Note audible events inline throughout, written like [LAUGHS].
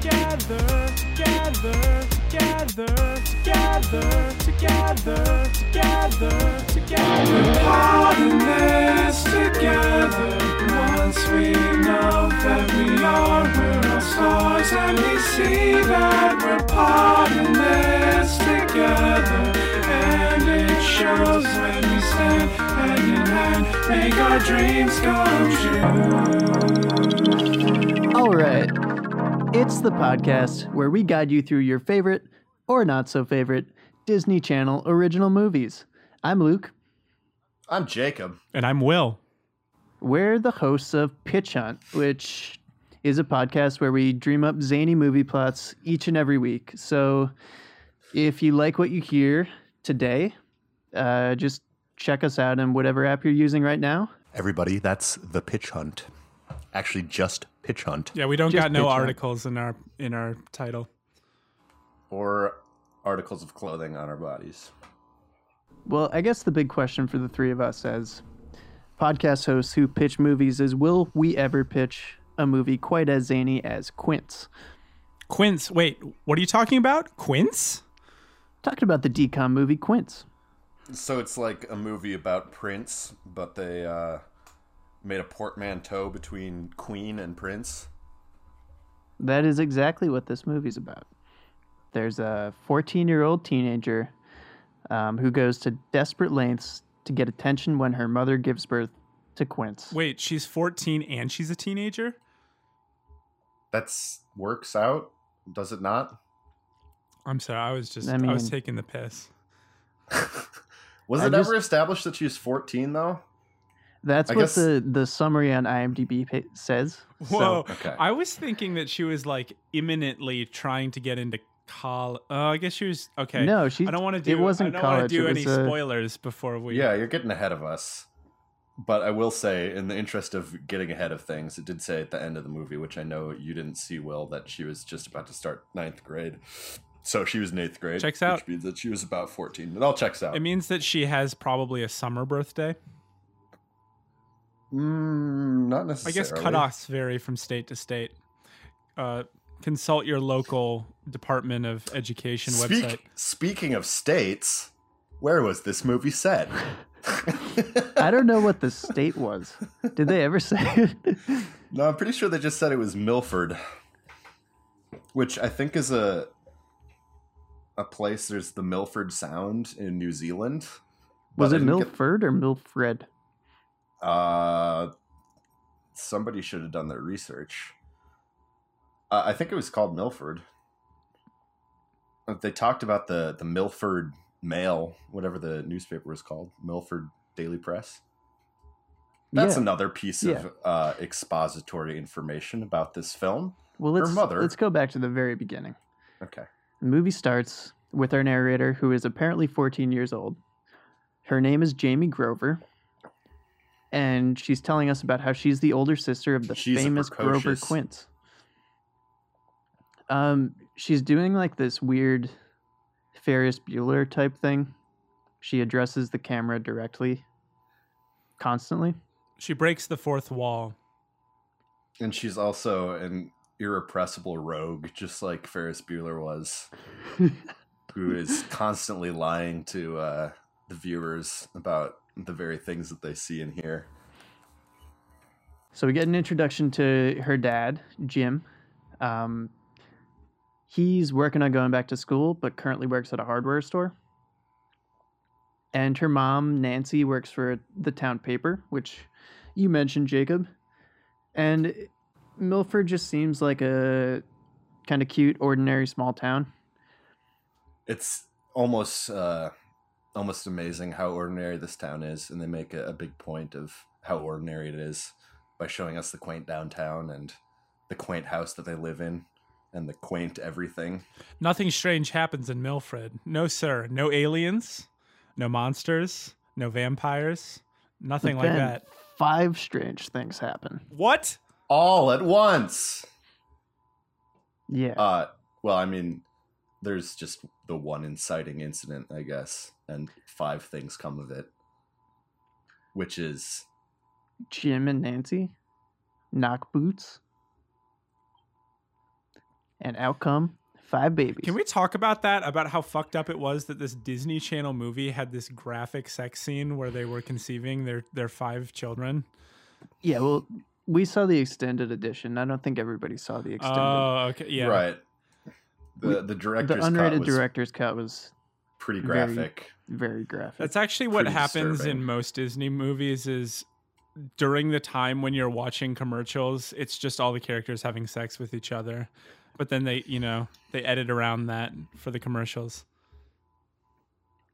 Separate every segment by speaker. Speaker 1: gather, gather, gather, gather, together, together, together. We're part in this together. Once we know that we are, we're all stars, and we see that we're part in this together. And it shows when we stand hand in hand, make our dreams come true.
Speaker 2: All right. It's the podcast where we guide you through your favorite or not so favorite Disney Channel original movies. I'm Luke.
Speaker 3: I'm Jacob.
Speaker 4: And I'm Will.
Speaker 2: We're the hosts of Pitch Hunt, which is a podcast where we dream up zany movie plots each and every week. So if you like what you hear today, uh, just check us out in whatever app you're using right now.
Speaker 3: Everybody, that's the pitch hunt. Actually, just pitch hunt
Speaker 4: Yeah, we don't
Speaker 2: Just
Speaker 4: got no
Speaker 2: pitch up.
Speaker 4: articles in our in our title.
Speaker 3: or articles of clothing on our bodies.
Speaker 2: Well, I guess the big question for the three of us as podcast hosts who pitch movies is will we ever pitch a movie quite as zany as Quince?
Speaker 4: Quince, wait, what are you talking about? Quince?
Speaker 2: Talking about the decom movie Quince.
Speaker 3: So it's like a movie about Prince, but they uh, made a portmanteau between Queen and Prince.
Speaker 2: That is exactly what this movie's about. There's a 14 year old teenager um, who goes to desperate lengths to get attention when her mother gives birth to Quince.
Speaker 4: Wait, she's 14 and she's a teenager?
Speaker 3: That's works out, does it not?
Speaker 4: I'm sorry, I was just
Speaker 2: I
Speaker 4: I,
Speaker 2: mean-
Speaker 4: was taking the piss.
Speaker 3: Was
Speaker 2: I
Speaker 3: it
Speaker 2: just-
Speaker 3: ever established that she was 14 though?
Speaker 2: That's
Speaker 3: I
Speaker 2: what
Speaker 3: guess-
Speaker 2: the, the summary on IMDb pa- says.
Speaker 4: Whoa.
Speaker 3: okay.
Speaker 4: I was thinking that she was like imminently trying to get into college. Uh, I guess she was okay.
Speaker 2: No, she.
Speaker 4: I don't want to
Speaker 2: it
Speaker 4: do
Speaker 2: wasn't
Speaker 4: I don't
Speaker 2: college,
Speaker 4: want to do
Speaker 2: it
Speaker 4: any
Speaker 2: was, uh,
Speaker 4: spoilers before we
Speaker 3: Yeah, you're getting ahead of us. But I will say, in the interest of getting ahead of things, it did say at the end of the movie, which I know you didn't see, Will, that she was just about to start ninth grade. So she was in eighth grade.
Speaker 4: Checks out.
Speaker 3: Which means that she was about 14. It all checks out.
Speaker 4: It means that she has probably a summer birthday.
Speaker 3: mm, not
Speaker 4: I
Speaker 3: necessarily.
Speaker 4: guess cutoffs vary from state to state. Uh, consult your local Department of Education
Speaker 3: Speak-
Speaker 4: website.
Speaker 3: Speaking of states, where was this movie set?
Speaker 2: I don't know what the state was. Did they ever [LAUGHS] say it?
Speaker 3: No, I'm pretty sure they just said it was Milford, which I think is a a place. There's the Milford Sound in New Zealand.
Speaker 2: Was
Speaker 3: But
Speaker 2: it
Speaker 3: I didn't get-
Speaker 2: Milford or Milfred?
Speaker 3: uh, somebody should have done their research. Uh, I think it was called Milford. But They talked about the the Milford Mail, whatever the newspaper was called, Milford Daily Press. That's
Speaker 2: yeah.
Speaker 3: another piece
Speaker 2: Yeah.
Speaker 3: of uh, expository information about this film.
Speaker 2: well,
Speaker 3: her
Speaker 2: let's,
Speaker 3: mother.
Speaker 2: let's go back to the very beginning.
Speaker 3: Okay.
Speaker 2: The movie starts with our narrator, who is apparently 14 years old. Her name is Jamie Grover, and she's telling us about how she's the older sister of the
Speaker 3: She's a
Speaker 2: famous Grover
Speaker 3: precocious-
Speaker 2: Quint. Um, she's doing like this weird Ferris Bueller type thing. She addresses the camera directly, constantly.
Speaker 4: She breaks the fourth wall.
Speaker 3: And she's also an irrepressible rogue, just like Ferris Bueller was, who is constantly lying to uh, the viewers about the very things that they see and hear.
Speaker 2: So we get an introduction to her dad, Jim. Um, he's working on going back to school, but currently works at a hardware store. And her mom, Nancy, works for the town paper, which you mentioned, Jacob. And Milford just seems like a kind of cute, ordinary small town.
Speaker 3: It's almost uh, almost amazing how ordinary this town is, and they make a, a big point of how ordinary it is by showing us the quaint downtown and the quaint house that they live in and the quaint everything.
Speaker 4: Nothing strange happens in Milfred. No, sir. No aliens. No monsters. No vampires.
Speaker 2: But
Speaker 4: Nothing like
Speaker 2: then
Speaker 4: that.
Speaker 2: Five strange things happen.
Speaker 4: What?
Speaker 3: All at once.
Speaker 2: Yeah.
Speaker 3: Uh, well, I mean, there's just the one inciting incident, I guess, and five things come of it, which is
Speaker 2: Jim and Nancy knock boots. and out come five babies.
Speaker 4: Can we talk about that? About how fucked up it was that this Disney Channel movie had this graphic sex scene where they were conceiving their their five children.
Speaker 2: yeah, well, we saw the extended edition. I don't think everybody saw the extended.
Speaker 4: Oh, okay, yeah.
Speaker 3: Right. The the
Speaker 2: the
Speaker 3: director's cut
Speaker 2: unrated
Speaker 3: was
Speaker 2: director's cut was
Speaker 3: pretty
Speaker 2: very-
Speaker 3: graphic.
Speaker 2: very graphic.
Speaker 4: That's actually what
Speaker 3: Pretty
Speaker 4: happens
Speaker 3: disturbing.
Speaker 4: in most Disney movies is during the time when you're watching commercials, it's just all the characters having sex with each other. But then they, you know, they edit around that for the commercials.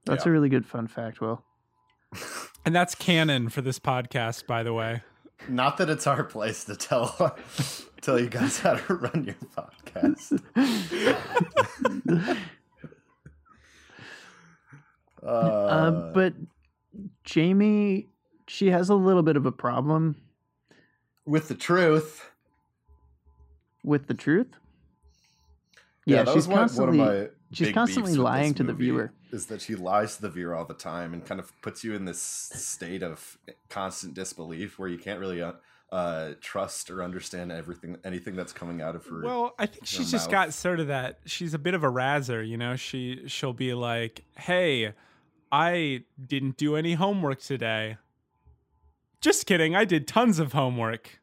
Speaker 2: That's
Speaker 3: yeah.
Speaker 2: a really good fun fact. Will [LAUGHS]
Speaker 4: And that's canon for this podcast, by the way.
Speaker 3: Not that it's our place to tell [LAUGHS] tell you guys how to run your podcast.
Speaker 2: Um,
Speaker 3: uh,
Speaker 2: [LAUGHS] um, but Jamie, she has a little bit of a problem
Speaker 3: with the truth.
Speaker 2: with the truth.
Speaker 3: that was one- one of my
Speaker 2: she's
Speaker 3: big
Speaker 2: constantly
Speaker 3: beefs with
Speaker 2: lying
Speaker 3: this
Speaker 2: to the
Speaker 3: movie,
Speaker 2: viewer.
Speaker 3: Is that she lies to the viewer all the time and kind of puts you in this state of constant disbelief where you can't really uh, uh, trust or understand everything, anything that's coming out of her.
Speaker 4: Well, I think she's just
Speaker 3: mouth.
Speaker 4: got sort of that. She's a bit of a razzer, you know. She she'll be like, "Hey, I didn't do any homework today." Just kidding. I did tons of homework.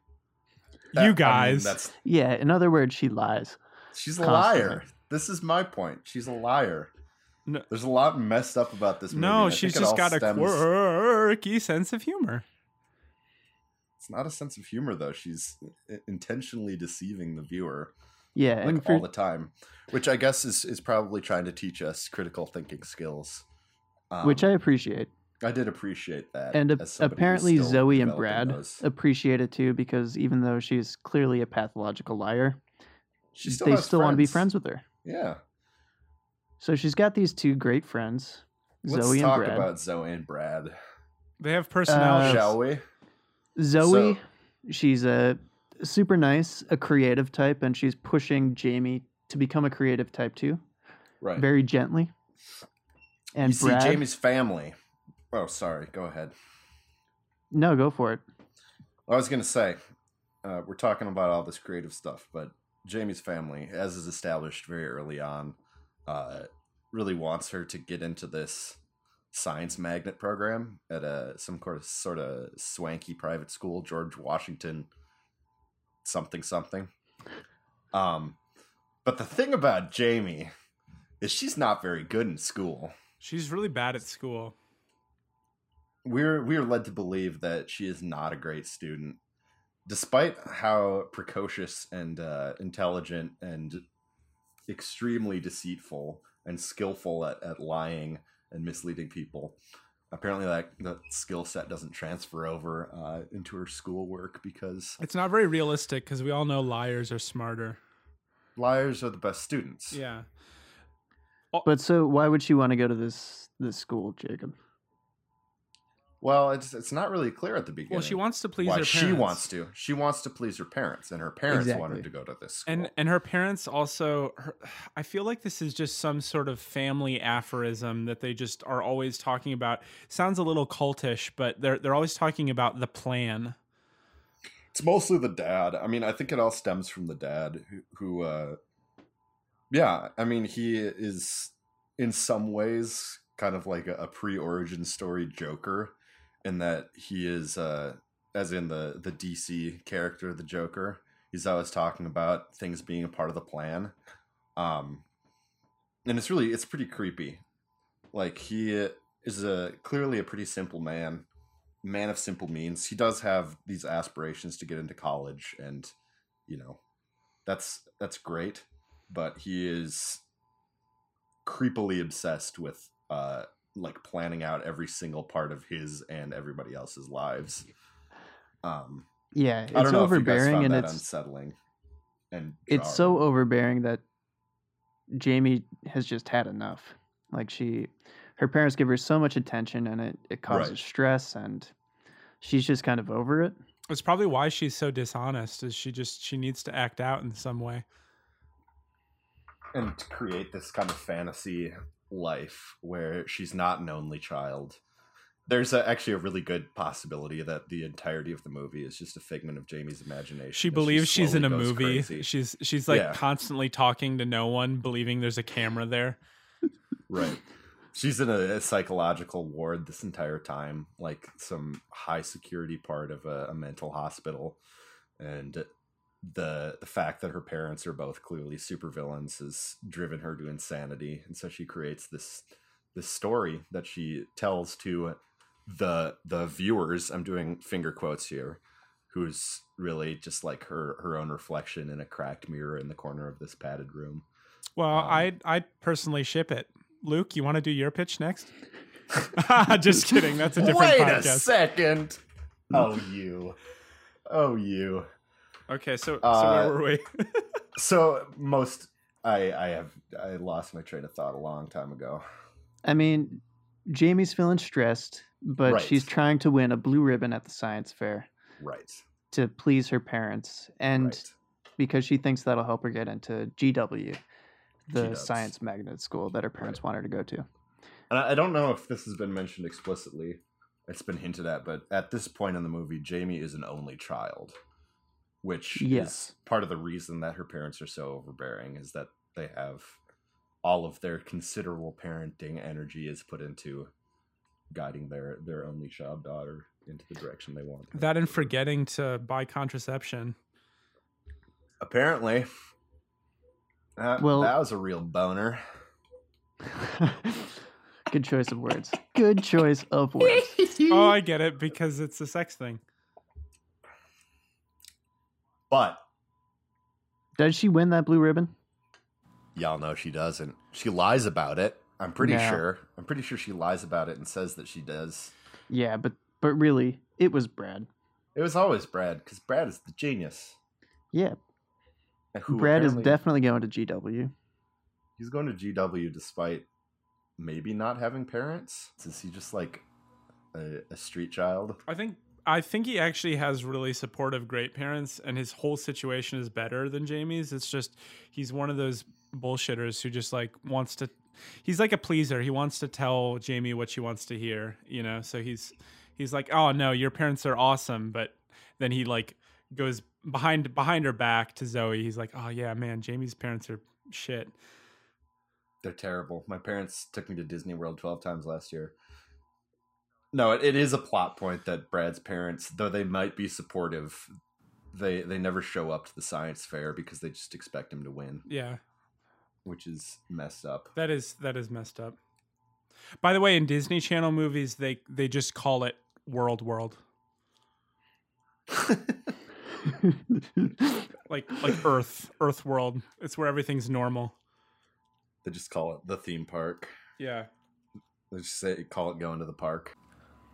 Speaker 3: That- I
Speaker 4: you
Speaker 3: mean,
Speaker 4: guys.
Speaker 3: that's
Speaker 2: yeah, in other words, she lies.
Speaker 3: she's a
Speaker 2: Constantly.
Speaker 3: liar. This is my point. She's a liar.
Speaker 4: No.
Speaker 3: There's a lot messed up about this movie. and
Speaker 4: no,
Speaker 3: I
Speaker 4: she's
Speaker 3: think it
Speaker 4: just
Speaker 3: all
Speaker 4: got a
Speaker 3: stems-
Speaker 4: quirky sense of humor.
Speaker 3: It's not a sense of humor though. She's i- intentionally deceiving the viewer
Speaker 2: Yeah, and
Speaker 3: like
Speaker 2: for
Speaker 3: all the time, which I guess is is probably trying to teach us critical thinking skills. Um,
Speaker 2: which I appreciate.
Speaker 3: I did appreciate that.
Speaker 2: And a-
Speaker 3: as somebody who's
Speaker 2: apparently
Speaker 3: still
Speaker 2: Zoe and
Speaker 3: developing
Speaker 2: Brad uh,
Speaker 3: those.
Speaker 2: appreciate it too because even though she's clearly a pathological liar,
Speaker 3: She still
Speaker 2: they
Speaker 3: has
Speaker 2: still want to be friends with her.
Speaker 3: Yeah.
Speaker 2: So she's got these two great friends,
Speaker 3: Let's
Speaker 2: Zoe
Speaker 3: talk
Speaker 2: and Brad. Uh,
Speaker 3: about Zoe and Brad,
Speaker 4: They have personalities.
Speaker 3: shall we?
Speaker 2: Zoe,
Speaker 3: So-
Speaker 2: she's a super nice, a creative type, and she's pushing Jamie to become a creative type too,
Speaker 3: Right.
Speaker 2: very gently. And
Speaker 3: you
Speaker 2: Brad,
Speaker 3: see Jamie's family. Oh, sorry. Go ahead.
Speaker 2: no, go for it.
Speaker 3: I was going to say, uh, we're talking about all this creative stuff, but Jamie's family, as is established very early on, uh, really wants her to get into this science magnet program at a some sort of sort of swanky private school, George Washington, something something. Um, but the thing about Jamie is she's not very good in school.
Speaker 4: She's really bad at school.
Speaker 3: we're we are led to believe that she is not a great student despite how precocious and uh, intelligent and extremely deceitful and skillful at, at lying and misleading people apparently that, that skill set doesn't transfer over uh, into her schoolwork because
Speaker 4: It's not very realistic because we all know liars are smarter.
Speaker 3: liars are the best students
Speaker 4: Yeah.
Speaker 2: But so, why would she want to go to this this school, Jacob?
Speaker 3: well it's it's not really clear at the beginning
Speaker 4: Well, she wants to please
Speaker 3: why
Speaker 4: her parents.
Speaker 3: she wants to she wants to please her parents and her parents want her
Speaker 2: Exactly.
Speaker 3: to go to this school
Speaker 4: and and her parents also her, i feel like this is just some sort of family aphorism that they just are always talking about sounds a little cultish but they're they're always talking about the plan
Speaker 3: it's mostly the dad i mean i think it all stems from the dad who, who uh yeah i mean he is in some ways kind of like a, a pre-origin story joker in that he is uh as in the the dc character the joker he's always talking about things being a part of the plan um and it's really it's pretty creepy like he is a clearly a pretty simple man man of simple means he does have these aspirations to get into college and you know that's that's great but he is creepily obsessed with uh like planning out every single part of his and everybody else's lives um
Speaker 2: Yeah,
Speaker 3: i
Speaker 2: it's
Speaker 3: don't know if you guys
Speaker 2: overbearing
Speaker 3: found
Speaker 2: and
Speaker 3: that
Speaker 2: it's
Speaker 3: unsettling and
Speaker 2: it's
Speaker 3: jarring.
Speaker 2: so overbearing that Jamie has just had enough. Like she, her parents give her so much attention, and it it causes
Speaker 3: Right.
Speaker 2: stress, and she's just kind of over it.
Speaker 4: it's probably why she's so dishonest is she just she needs to act out in some way
Speaker 3: and to create this kind of fantasy life where she's not an only child There's a, actually a really good possibility that the entirety of the movie is just a figment of Jamie's imagination.
Speaker 4: She
Speaker 3: as
Speaker 4: believes she's in
Speaker 3: slowly
Speaker 4: a
Speaker 3: goes
Speaker 4: movie.
Speaker 3: crazy.
Speaker 4: She's she's like
Speaker 3: Yeah.
Speaker 4: constantly talking to no one, believing there's a camera there.
Speaker 3: Right. She's in a, a psychological ward this entire time, like some high security part of a, a mental hospital, and the the fact that her parents are both clearly supervillains has driven her to insanity, and so she creates this this story that she tells to the the viewers. I'm doing finger quotes here, who's really just like her her own reflection in a cracked mirror in the corner of this padded room.
Speaker 4: Well,
Speaker 3: Um,
Speaker 4: I I personally ship it. Luke, you want to do your pitch [LAUGHS] next? Just kidding. That's a different
Speaker 3: Wait a
Speaker 4: podcast.
Speaker 3: second. Oh, you. Oh, you.
Speaker 4: okay, so so where
Speaker 3: Uh,
Speaker 4: were we?
Speaker 3: So most, I I have I lost my train of thought a long time ago.
Speaker 2: I mean, Jamie's feeling stressed, but
Speaker 3: Right.
Speaker 2: she's trying to win a blue ribbon at the science fair
Speaker 3: Right.
Speaker 2: to please her parents and
Speaker 3: right.
Speaker 2: because she thinks that'll help her get into GW, the
Speaker 3: GWs.
Speaker 2: science magnet school that her parents want her to go to.
Speaker 3: And I, I don't know if this has been mentioned explicitly. It's been hinted at, but at this point in the movie, Jamie is an only child, which
Speaker 2: Yes.
Speaker 3: is part of the reason that her parents are so overbearing is that they have all of their considerable parenting energy is put into guiding their their only child daughter into the direction they want. her.
Speaker 4: that and forgetting to buy contraception.
Speaker 3: Apparently. That,
Speaker 2: Well-
Speaker 3: that was a real boner.
Speaker 2: [LAUGHS] Good choice of words. Good choice
Speaker 3: [LAUGHS]
Speaker 2: of words.
Speaker 4: Oh, I get it because it's a sex thing.
Speaker 3: But
Speaker 2: Does she win that blue ribbon?
Speaker 3: y'all know she doesn't. She lies about it. I'm pretty
Speaker 2: No.
Speaker 3: sure. I'm pretty sure she lies about it and says that she does.
Speaker 2: Yeah, but but really, it was Brad.
Speaker 3: It was always Brad because Brad is the genius.
Speaker 2: Yeah,
Speaker 3: Who
Speaker 2: Brad is
Speaker 3: apparently-
Speaker 2: definitely going to GW.
Speaker 3: He's going to GW despite maybe not having parents. Is he just like a, a street child?
Speaker 4: I think I think he actually has really supportive great parents, and his whole situation is better than Jamie's. It's just he's one of those bullshitters who just like wants to. He's like a pleaser. He wants to tell Jamie what she wants to hear, you know. So he's he's like, oh no, your parents are awesome, but then he like goes behind behind her back to Zoe. He's like, oh yeah, man, Jamie's parents are shit.
Speaker 3: They're terrible. My parents took me to Disney World 12 times last year. No, it, it is a plot point that Brad's parents, though they might be supportive, they they never show up to the science fair because they just expect him to win,
Speaker 4: Yeah,
Speaker 3: which is messed up.
Speaker 4: That is that is messed up. By the way, in Disney Channel movies, they they just call it World World, like like Earth Earth World. It's where everything's normal.
Speaker 3: They just call it the theme park.
Speaker 4: Yeah.
Speaker 3: They just say call it going to the park.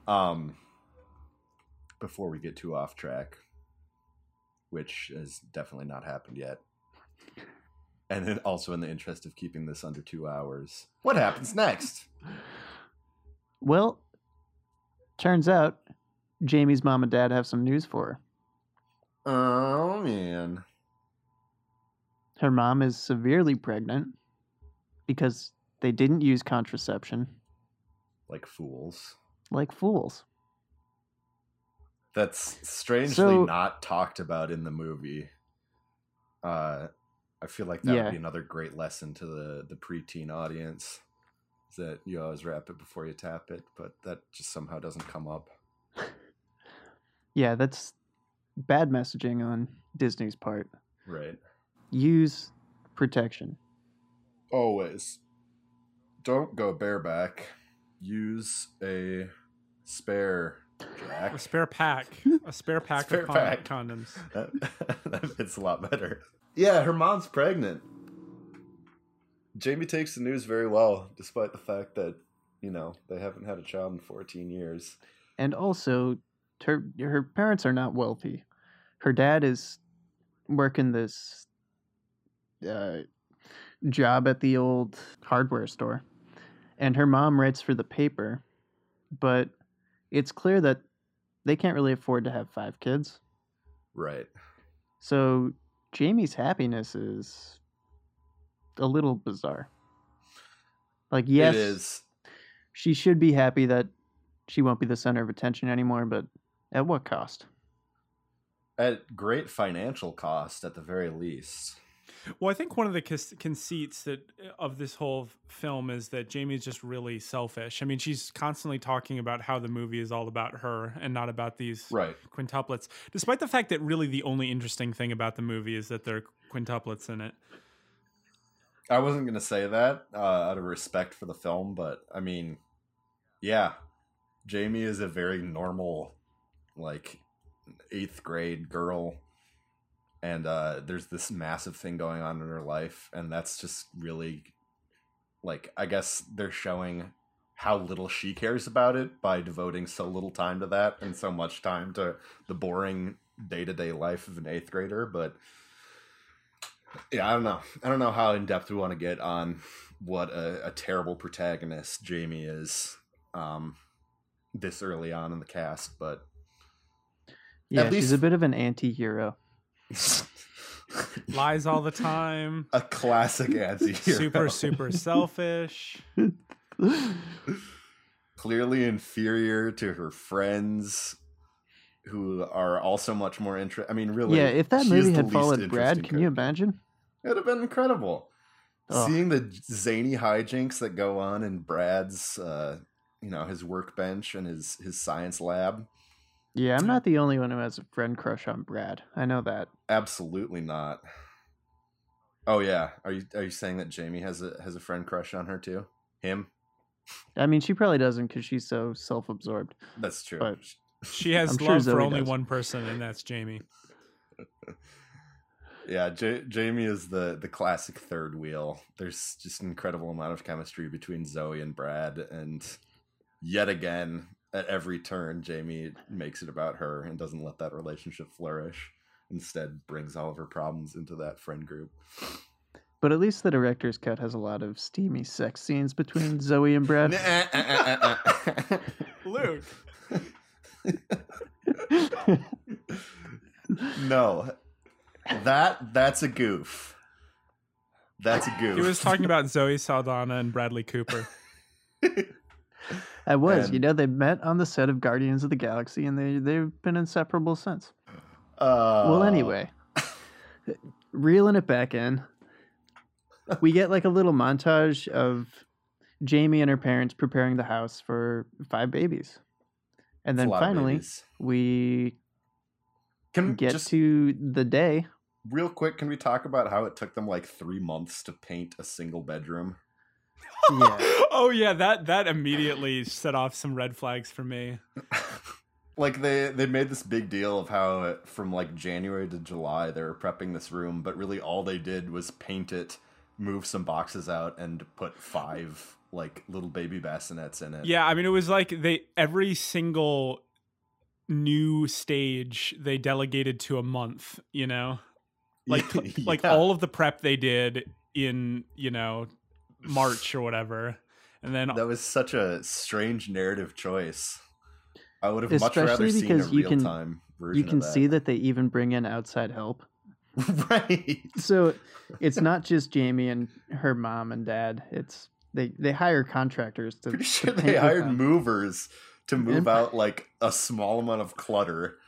Speaker 3: Um before we get too off track, which has definitely not happened yet. And then also in the interest of keeping this under two hours. What happens next?
Speaker 2: [LAUGHS] Well, turns out Jamie's mom and dad have some news for her.
Speaker 3: Oh man.
Speaker 2: Her mom is severely pregnant because they didn't use contraception
Speaker 3: Like fools.
Speaker 2: like fools.
Speaker 3: That's strangely
Speaker 2: So-
Speaker 3: not talked about in the movie. Uh I feel like that
Speaker 2: Yeah.
Speaker 3: would be another great lesson to the the preteen audience. Is that you always wrap it before you tap it, but that just somehow doesn't come up.
Speaker 2: Yeah, that's bad messaging on Disney's part.
Speaker 3: Right.
Speaker 2: Use protection.
Speaker 3: Always. Don't go bareback. Use a spare
Speaker 4: A
Speaker 3: jack.
Speaker 4: spare pack, a spare pack
Speaker 3: Spare
Speaker 4: of con-
Speaker 3: pack.
Speaker 4: condoms.
Speaker 3: that, [LAUGHS] that fits a lot better. Yeah, her mom's pregnant. Jamie takes the news very well, despite the fact that, you know, they haven't had a child in 14 years.
Speaker 2: And also, her her parents are not wealthy. Her dad is working this uh, job at the old hardware store, and her mom writes for the paper, but it's clear that they can't really afford to have five kids.
Speaker 3: Right.
Speaker 2: So Jamie's happiness is a little bizarre. Like, yes,
Speaker 3: It is.
Speaker 2: she should be happy that she won't be the center of attention anymore, but at what cost?
Speaker 3: At great financial cost, at the very least.
Speaker 4: Well, I think one of the cons- conceits that uh, of this whole f- film is that Jamie's just really selfish. I mean, she's constantly talking about how the movie is all about her and not about these
Speaker 3: Right.
Speaker 4: quintuplets, despite the fact that really the only interesting thing about the movie is that there are quintuplets in it.
Speaker 3: I wasn't going to say that uh, out of respect for the film, but I mean, yeah, Jamie is a very normal, like, eighth grade girl. And uh, there's this massive thing going on in her life. And that's just really, like, I guess they're showing how little she cares about it by devoting so little time to that and so much time to the boring day to day life of an eighth grader. But yeah, I don't know. I don't know how in depth we want to get on what a, a terrible protagonist Jamie is um, this early on in the cast, but
Speaker 2: Yeah, she's
Speaker 3: least-
Speaker 2: a bit of an anti-hero.
Speaker 4: Lies all the
Speaker 2: [LAUGHS]
Speaker 4: time.
Speaker 3: [LAUGHS] a classic anti
Speaker 4: Super, super selfish.
Speaker 3: [LAUGHS] Clearly inferior to her friends, who are also much more interested. I mean, really.
Speaker 2: yeah, if that
Speaker 3: she is
Speaker 2: movie
Speaker 3: the
Speaker 2: had
Speaker 3: least
Speaker 2: followed Brad,
Speaker 3: interesting
Speaker 2: can you
Speaker 3: character.
Speaker 2: imagine?
Speaker 3: It would have been incredible.
Speaker 2: Ugh.
Speaker 3: Seeing the zany hijinks that go on in Brad's, uh, you know, his workbench and his his science lab.
Speaker 2: Yeah, I'm
Speaker 4: Yeah.
Speaker 2: not the only one who has a friend crush on Brad. I know that.
Speaker 3: Absolutely not. Oh yeah, are you are you saying that Jamie has a has a friend crush on her too? Him?
Speaker 2: I mean, she probably doesn't because she's so self-absorbed.
Speaker 3: That's true.
Speaker 2: But-
Speaker 4: She has
Speaker 2: I'm sure
Speaker 4: love for
Speaker 2: Zoe
Speaker 4: only
Speaker 2: does.
Speaker 4: one person, and that's Jamie.
Speaker 3: yeah, J- Jamie is the the classic third wheel. There's just an incredible amount of chemistry between Zoe and Brad, and yet again, at every turn, Jamie makes it about her and doesn't let that relationship flourish. Instead, brings all of her problems into that friend group. [LAUGHS]
Speaker 2: But at least the director's cut has a lot of steamy sex scenes
Speaker 3: [LAUGHS]
Speaker 2: between Zoe and Brad.
Speaker 4: Luke.
Speaker 3: no, that that's a goof. That's a goof.
Speaker 4: He was talking about Zoe Saldana and Bradley Cooper.
Speaker 2: [LAUGHS] I was, you
Speaker 3: And-
Speaker 2: know, they met on the set of Guardians of the Galaxy, and they they've been inseparable since.
Speaker 3: Uh,
Speaker 2: well, anyway, reeling it back in, we get like a little montage of Jamie and her parents preparing the house for five babies, and
Speaker 3: it's a
Speaker 2: then
Speaker 3: lot of
Speaker 2: finally
Speaker 3: babies.
Speaker 2: we
Speaker 3: can
Speaker 2: get
Speaker 3: just
Speaker 2: to the
Speaker 3: [LAUGHS]
Speaker 2: day.
Speaker 3: real quick. Can we talk about how it took them like three months to paint a single bedroom? [LAUGHS]
Speaker 2: Yeah,
Speaker 4: [LAUGHS] oh yeah, that that immediately set off some red flags for me.
Speaker 3: like they they made this big deal of how uh, from like January to July they were prepping this room, but really all they did was paint it, move some boxes out, and put five like little baby bassinets in it. [LAUGHS]
Speaker 4: Yeah, I mean it was like they every single new stage they delegated to a month, you know? Like [LAUGHS] like
Speaker 3: Yeah.
Speaker 4: all of the prep they did in, you know, March or whatever. And then
Speaker 3: [LAUGHS] That was such a strange narrative choice. I would have much rather
Speaker 2: Especially
Speaker 3: seen a
Speaker 2: because you
Speaker 3: real
Speaker 2: can-
Speaker 3: time version.
Speaker 2: you can
Speaker 3: of that.
Speaker 2: see that they even bring in outside help.
Speaker 3: [LAUGHS] right?
Speaker 2: So it's not just Jamie and her mom and dad. It's they they hire contractors to.
Speaker 3: Pretty
Speaker 2: to
Speaker 3: sure
Speaker 2: paint
Speaker 3: they
Speaker 2: with
Speaker 3: hired
Speaker 2: them.
Speaker 3: movers to move
Speaker 2: And-
Speaker 3: out like a small amount of clutter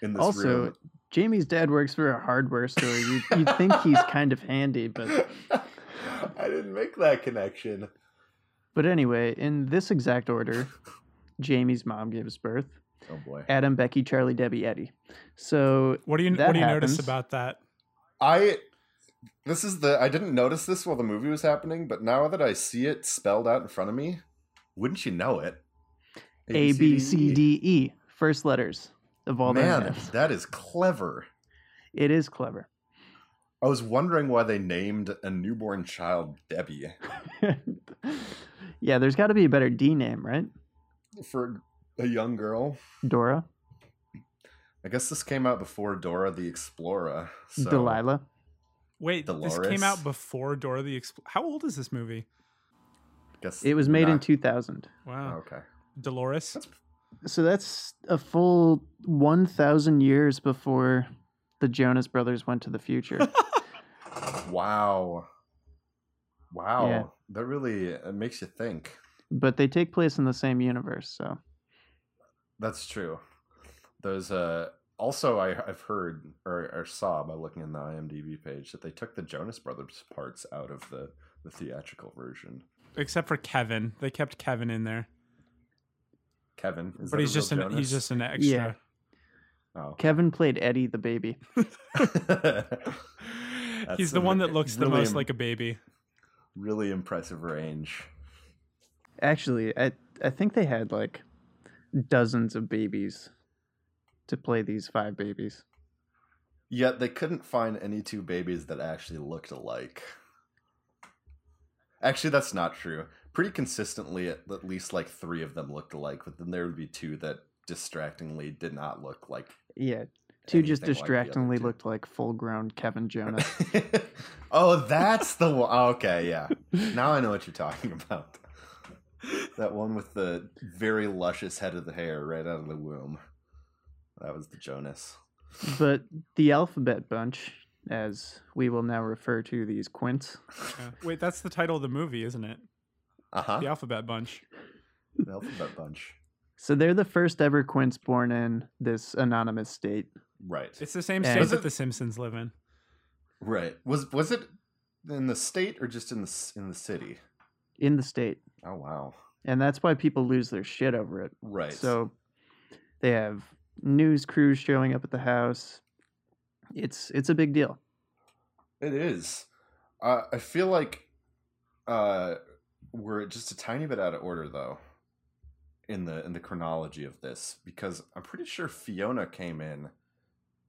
Speaker 3: in this
Speaker 2: Also,
Speaker 3: room.
Speaker 2: Jamie's dad works for a hardware store. You you think he's kind of handy, but
Speaker 3: [LAUGHS] I didn't make that connection.
Speaker 2: but anyway, in this exact [LAUGHS] order, Jamie's mom gives birth.
Speaker 3: Oh boy.
Speaker 2: Adam, Becky, Charlie, Debbie, Eddie. So
Speaker 4: what do you
Speaker 2: that
Speaker 4: what do you notice
Speaker 2: happens.
Speaker 4: about that?
Speaker 3: I this is the I didn't notice this while the movie was happening, but now that I see it spelled out in front of me, wouldn't you know it?
Speaker 2: A B C D E first letters of all their
Speaker 3: Man,
Speaker 2: names.
Speaker 3: that is clever.
Speaker 2: It is clever. [LAUGHS]
Speaker 3: I was wondering why they named a newborn child Debbie
Speaker 2: yeah, there's got to be a better D name, right?
Speaker 3: for a young girl.
Speaker 2: Dora,
Speaker 3: I guess this came out before Dora the Explorer. So
Speaker 2: Delilah.
Speaker 4: Wait, this
Speaker 3: Dolores?
Speaker 4: came out before Dora the Explorer. How old is this movie?
Speaker 3: guess
Speaker 2: It was made in
Speaker 3: not- Oh,
Speaker 2: 2000.
Speaker 4: Wow.
Speaker 3: Okay.
Speaker 4: Dolores?
Speaker 2: So that's a full 1,000 years before the Jonas Brothers went to the [LAUGHS] future.
Speaker 3: Wow. Wow.
Speaker 2: Yeah.
Speaker 3: That really uh, makes you think.
Speaker 2: but they take place in the same universe. So
Speaker 3: That's true. Those uh also I I've heard or, or saw by looking in the IMDb page that they took the Jonas Brothers parts out of the the theatrical version.
Speaker 4: Except for Kevin, they kept Kevin in there,
Speaker 3: Kevin, is that
Speaker 4: but
Speaker 3: a
Speaker 4: he's
Speaker 3: real
Speaker 4: just an
Speaker 3: Jonas?
Speaker 4: he's just an extra. [LAUGHS]
Speaker 2: Yeah.
Speaker 3: oh.
Speaker 2: Kevin played Eddie the baby.
Speaker 4: he's
Speaker 3: [LAUGHS]
Speaker 4: [LAUGHS]
Speaker 3: That's
Speaker 4: the
Speaker 3: a
Speaker 4: one
Speaker 3: re-
Speaker 4: that looks the
Speaker 3: really
Speaker 4: most
Speaker 3: im-
Speaker 4: like a baby.
Speaker 3: really impressive range.
Speaker 2: Actually, I I think they had like dozens of babies to play these five babies.
Speaker 3: Yet they couldn't find any two babies that actually looked alike. Actually, that's not true. Pretty consistently, at at least like three of them looked alike, but then there would be two that distractingly did not look like.
Speaker 2: Yeah, two just
Speaker 3: anything like the other
Speaker 2: distractingly
Speaker 3: two. [LAUGHS]
Speaker 2: looked like full-grown Kevin Jonas. [LAUGHS]
Speaker 3: oh, that's the one. Oh, Okay, yeah. Now I know what you're talking about. That one with the very luscious head of the hair right out of the womb. That was the Jonas.
Speaker 2: but the alphabet bunch, as we will now refer to these quints,
Speaker 4: Yeah. Wait, that's the title of the movie, isn't it?
Speaker 3: Uh huh.
Speaker 4: The Alphabet Bunch.
Speaker 3: The alphabet bunch.
Speaker 2: so they're the first ever quints born in this anonymous state.
Speaker 3: Right.
Speaker 4: It's the same
Speaker 2: Yeah.
Speaker 4: state
Speaker 2: Was
Speaker 4: that
Speaker 3: it-
Speaker 4: the Simpsons live in.
Speaker 3: Right. Was was it in the state or just in the s- in the city?
Speaker 2: in the state.
Speaker 3: Oh wow.
Speaker 2: And that's why people lose their shit over it.
Speaker 3: Right.
Speaker 2: So they have news crews showing up at the house. It's it's a big deal.
Speaker 3: it is. Uh, I feel like uh, we're just a tiny bit out of order though in the in the chronology of this because I'm pretty sure Fiona came in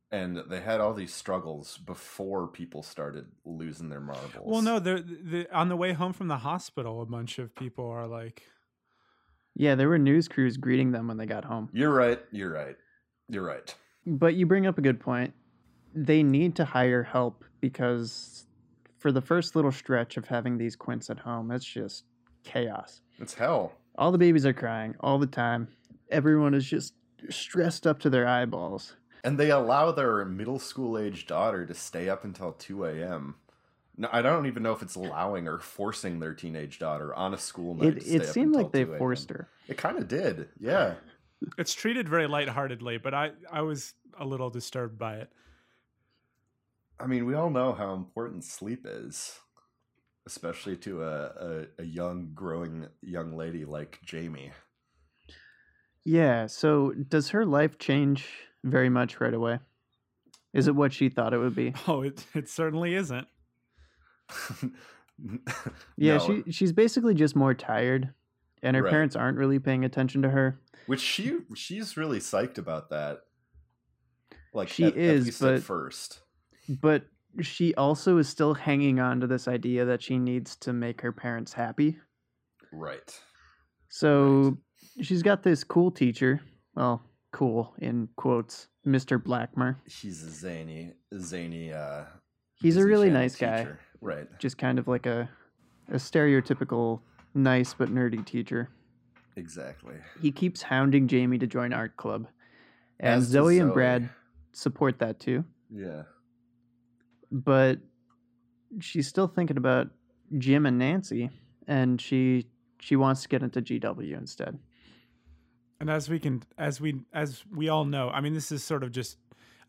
Speaker 3: and they had all these struggles before people started losing their marbles.
Speaker 4: Well, no, they're, they on the way home from the hospital. A bunch of people are like,
Speaker 2: Yeah, there were news crews greeting them when they got home.
Speaker 3: You're right. You're right. You're right.
Speaker 2: But you bring up a good point. They need to hire help because for the first little stretch of having these quints at home, it's just chaos.
Speaker 3: It's hell.
Speaker 2: All the babies are crying all the time. Everyone is just stressed up to their eyeballs.
Speaker 3: And they allow their middle school age daughter to stay up until 2 a.m. No, I don't even know if it's allowing or forcing their teenage daughter on a school
Speaker 2: It,
Speaker 3: night. to stay
Speaker 2: it
Speaker 3: up
Speaker 2: seemed
Speaker 3: until
Speaker 2: like they
Speaker 3: 2 a.m..
Speaker 2: forced her.
Speaker 3: It kind of did, yeah.
Speaker 4: it's treated very lightheartedly, but I, I was a little disturbed by it. [LAUGHS]
Speaker 3: I mean, we all know how important sleep is, especially to a, a, a young, growing young lady like Jamie. [LAUGHS]
Speaker 2: Yeah, so does her life change very much right away? Is it what she thought it would
Speaker 3: [LAUGHS]
Speaker 2: be?
Speaker 4: Oh, it, it certainly isn't.
Speaker 2: Yeah,
Speaker 3: No,
Speaker 2: she she's basically just more tired and her
Speaker 3: Right.
Speaker 2: parents aren't really paying attention to her.
Speaker 3: which she she's really psyched about that. Like
Speaker 2: She
Speaker 3: at- at
Speaker 2: is,
Speaker 3: least
Speaker 2: but-
Speaker 3: at first.
Speaker 2: But she also is still hanging on to this idea that she needs to make her parents happy.
Speaker 3: Right.
Speaker 2: So she's got this cool teacher, well, cool in quotes, Mr. Blackmer.
Speaker 3: He's a zany, zany. Uh,
Speaker 2: He's a
Speaker 3: Disney
Speaker 2: really
Speaker 3: Channel
Speaker 2: nice guy,
Speaker 3: teacher. Right.
Speaker 2: just kind of like a a stereotypical nice but nerdy teacher.
Speaker 3: Exactly.
Speaker 2: he keeps hounding Jamie to join art club, and
Speaker 3: As does
Speaker 2: Zoe and Brad support that too.
Speaker 3: Yeah.
Speaker 2: But she's still thinking about Jim and Nancy, and she she wants to get into GW instead.
Speaker 4: And as we can, as we, as we all know, I mean, this is sort of just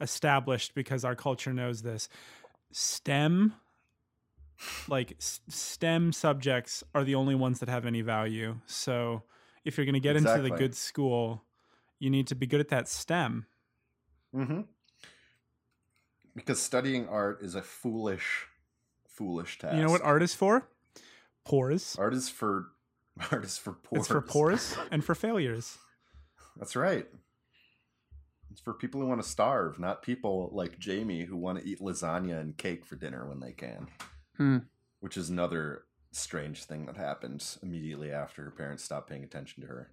Speaker 4: established because our culture knows this. STEM, like s- STEM subjects, are the only ones that have any value. So if you're going to get into the
Speaker 3: Exactly.
Speaker 4: good school, you need to be good at that STEM.
Speaker 3: Mm-hmm. Because studying art is a foolish, foolish task.
Speaker 4: You know what art is for? Pores.
Speaker 3: Art is for. [LAUGHS] Art is for poor. [LAUGHS]
Speaker 4: It's for pores [LAUGHS] and for failures.
Speaker 3: That's right. It's for people who want to starve, not people like Jamie who want to eat lasagna and cake for dinner when they can.
Speaker 2: Hmm.
Speaker 3: Which is another strange thing that happened immediately after her parents stopped paying attention to her.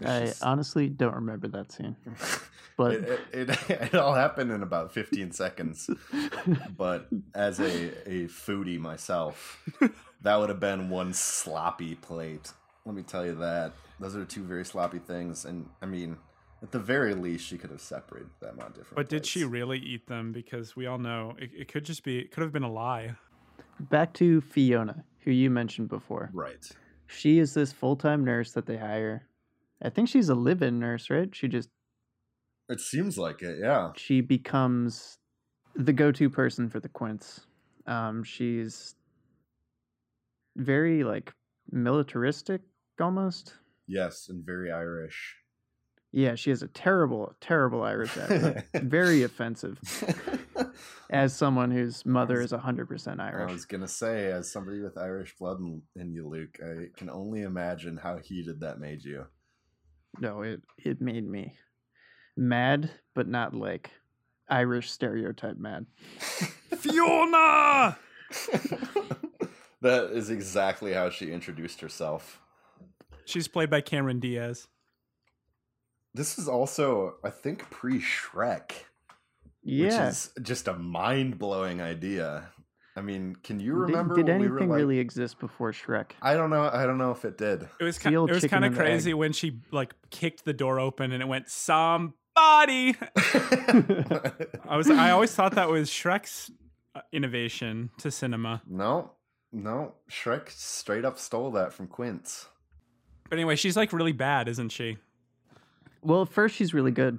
Speaker 3: It's
Speaker 2: I uh,
Speaker 3: just-
Speaker 2: honestly don't remember that scene, but
Speaker 3: [LAUGHS] it, it, it, [LAUGHS] it all happened in about 15 seconds but as a, a foodie myself that would have been one sloppy plate let me tell you that those are two very sloppy things and i mean at the very least she could have separated them on different
Speaker 4: But did
Speaker 3: plates.
Speaker 4: she really eat them? Because we all know it, it could just be, it could have been a lie.
Speaker 2: [LAUGHS] back to Fiona, who you mentioned before.
Speaker 3: right
Speaker 2: She is this full time nurse that they hire, I think she's a live-in nurse, right? She just
Speaker 3: It seems like it, yeah.
Speaker 2: she becomes the go-to person for the Quints. Um, she's very like militaristic almost.
Speaker 3: Yes, and very Irish.
Speaker 2: Yeah, she has a terrible, terrible Irish accent.
Speaker 3: [LAUGHS]
Speaker 2: very offensive as someone whose mother is 100% Irish.
Speaker 3: I was gonna say, as somebody with Irish blood in, in you, Luke, I can only imagine how heated that made you. [LAUGHS]
Speaker 2: no, it it made me mad, but not like Irish stereotype mad.
Speaker 4: Fiona.
Speaker 3: that is exactly how she introduced herself.
Speaker 4: She's played by Cameron Diaz.
Speaker 3: This is also, I think, pre Shrek, which
Speaker 2: Yeah.
Speaker 3: is just a mind blowing idea. I mean, can you
Speaker 2: Did-
Speaker 3: remember
Speaker 2: did,
Speaker 3: when we
Speaker 2: anything
Speaker 3: were like-
Speaker 2: really exist before Shrek?
Speaker 3: I don't know. I don't know if
Speaker 2: [LAUGHS]
Speaker 3: it did. [LAUGHS]
Speaker 4: It was
Speaker 2: The
Speaker 4: kind,
Speaker 2: old
Speaker 4: it was
Speaker 2: chicken
Speaker 4: kind of
Speaker 2: and the egg.
Speaker 4: crazy when she like kicked the door open and it went somebody. I was I always thought that was Shrek's uh, innovation to cinema.
Speaker 3: no, no. Shrek straight up stole that from Quince.
Speaker 4: But anyway, she's like really bad, isn't she?
Speaker 2: Well, at first she's really good.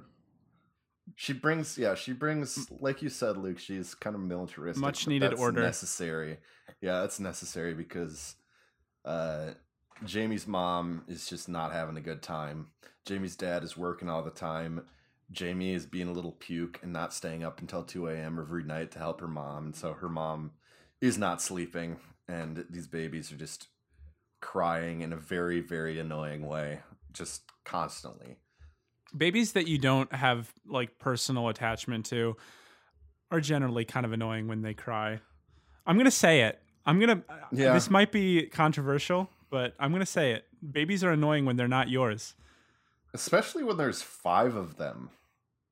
Speaker 3: She brings, yeah, she brings, like you said, Luke. She's kind of militaristic.
Speaker 4: Much
Speaker 3: but
Speaker 4: needed
Speaker 3: that's
Speaker 4: order.
Speaker 3: Necessary. Yeah, that's necessary because uh, Jamie's mom is just not having a good time. Jamie's dad is working all the time. Jamie is being a little puke and not staying up until two a.m. every night to help her mom, and so her mom is not sleeping, and these babies are just crying in a very, very annoying way, just constantly.
Speaker 4: Babies that you don't have like personal attachment to are generally kind of annoying when they cry. I'm gonna say it. I'm gonna.
Speaker 3: Yeah.
Speaker 4: Yeah. This might be controversial, but I'm gonna say it. Babies are annoying when they're not yours.
Speaker 3: Especially when there's five of them.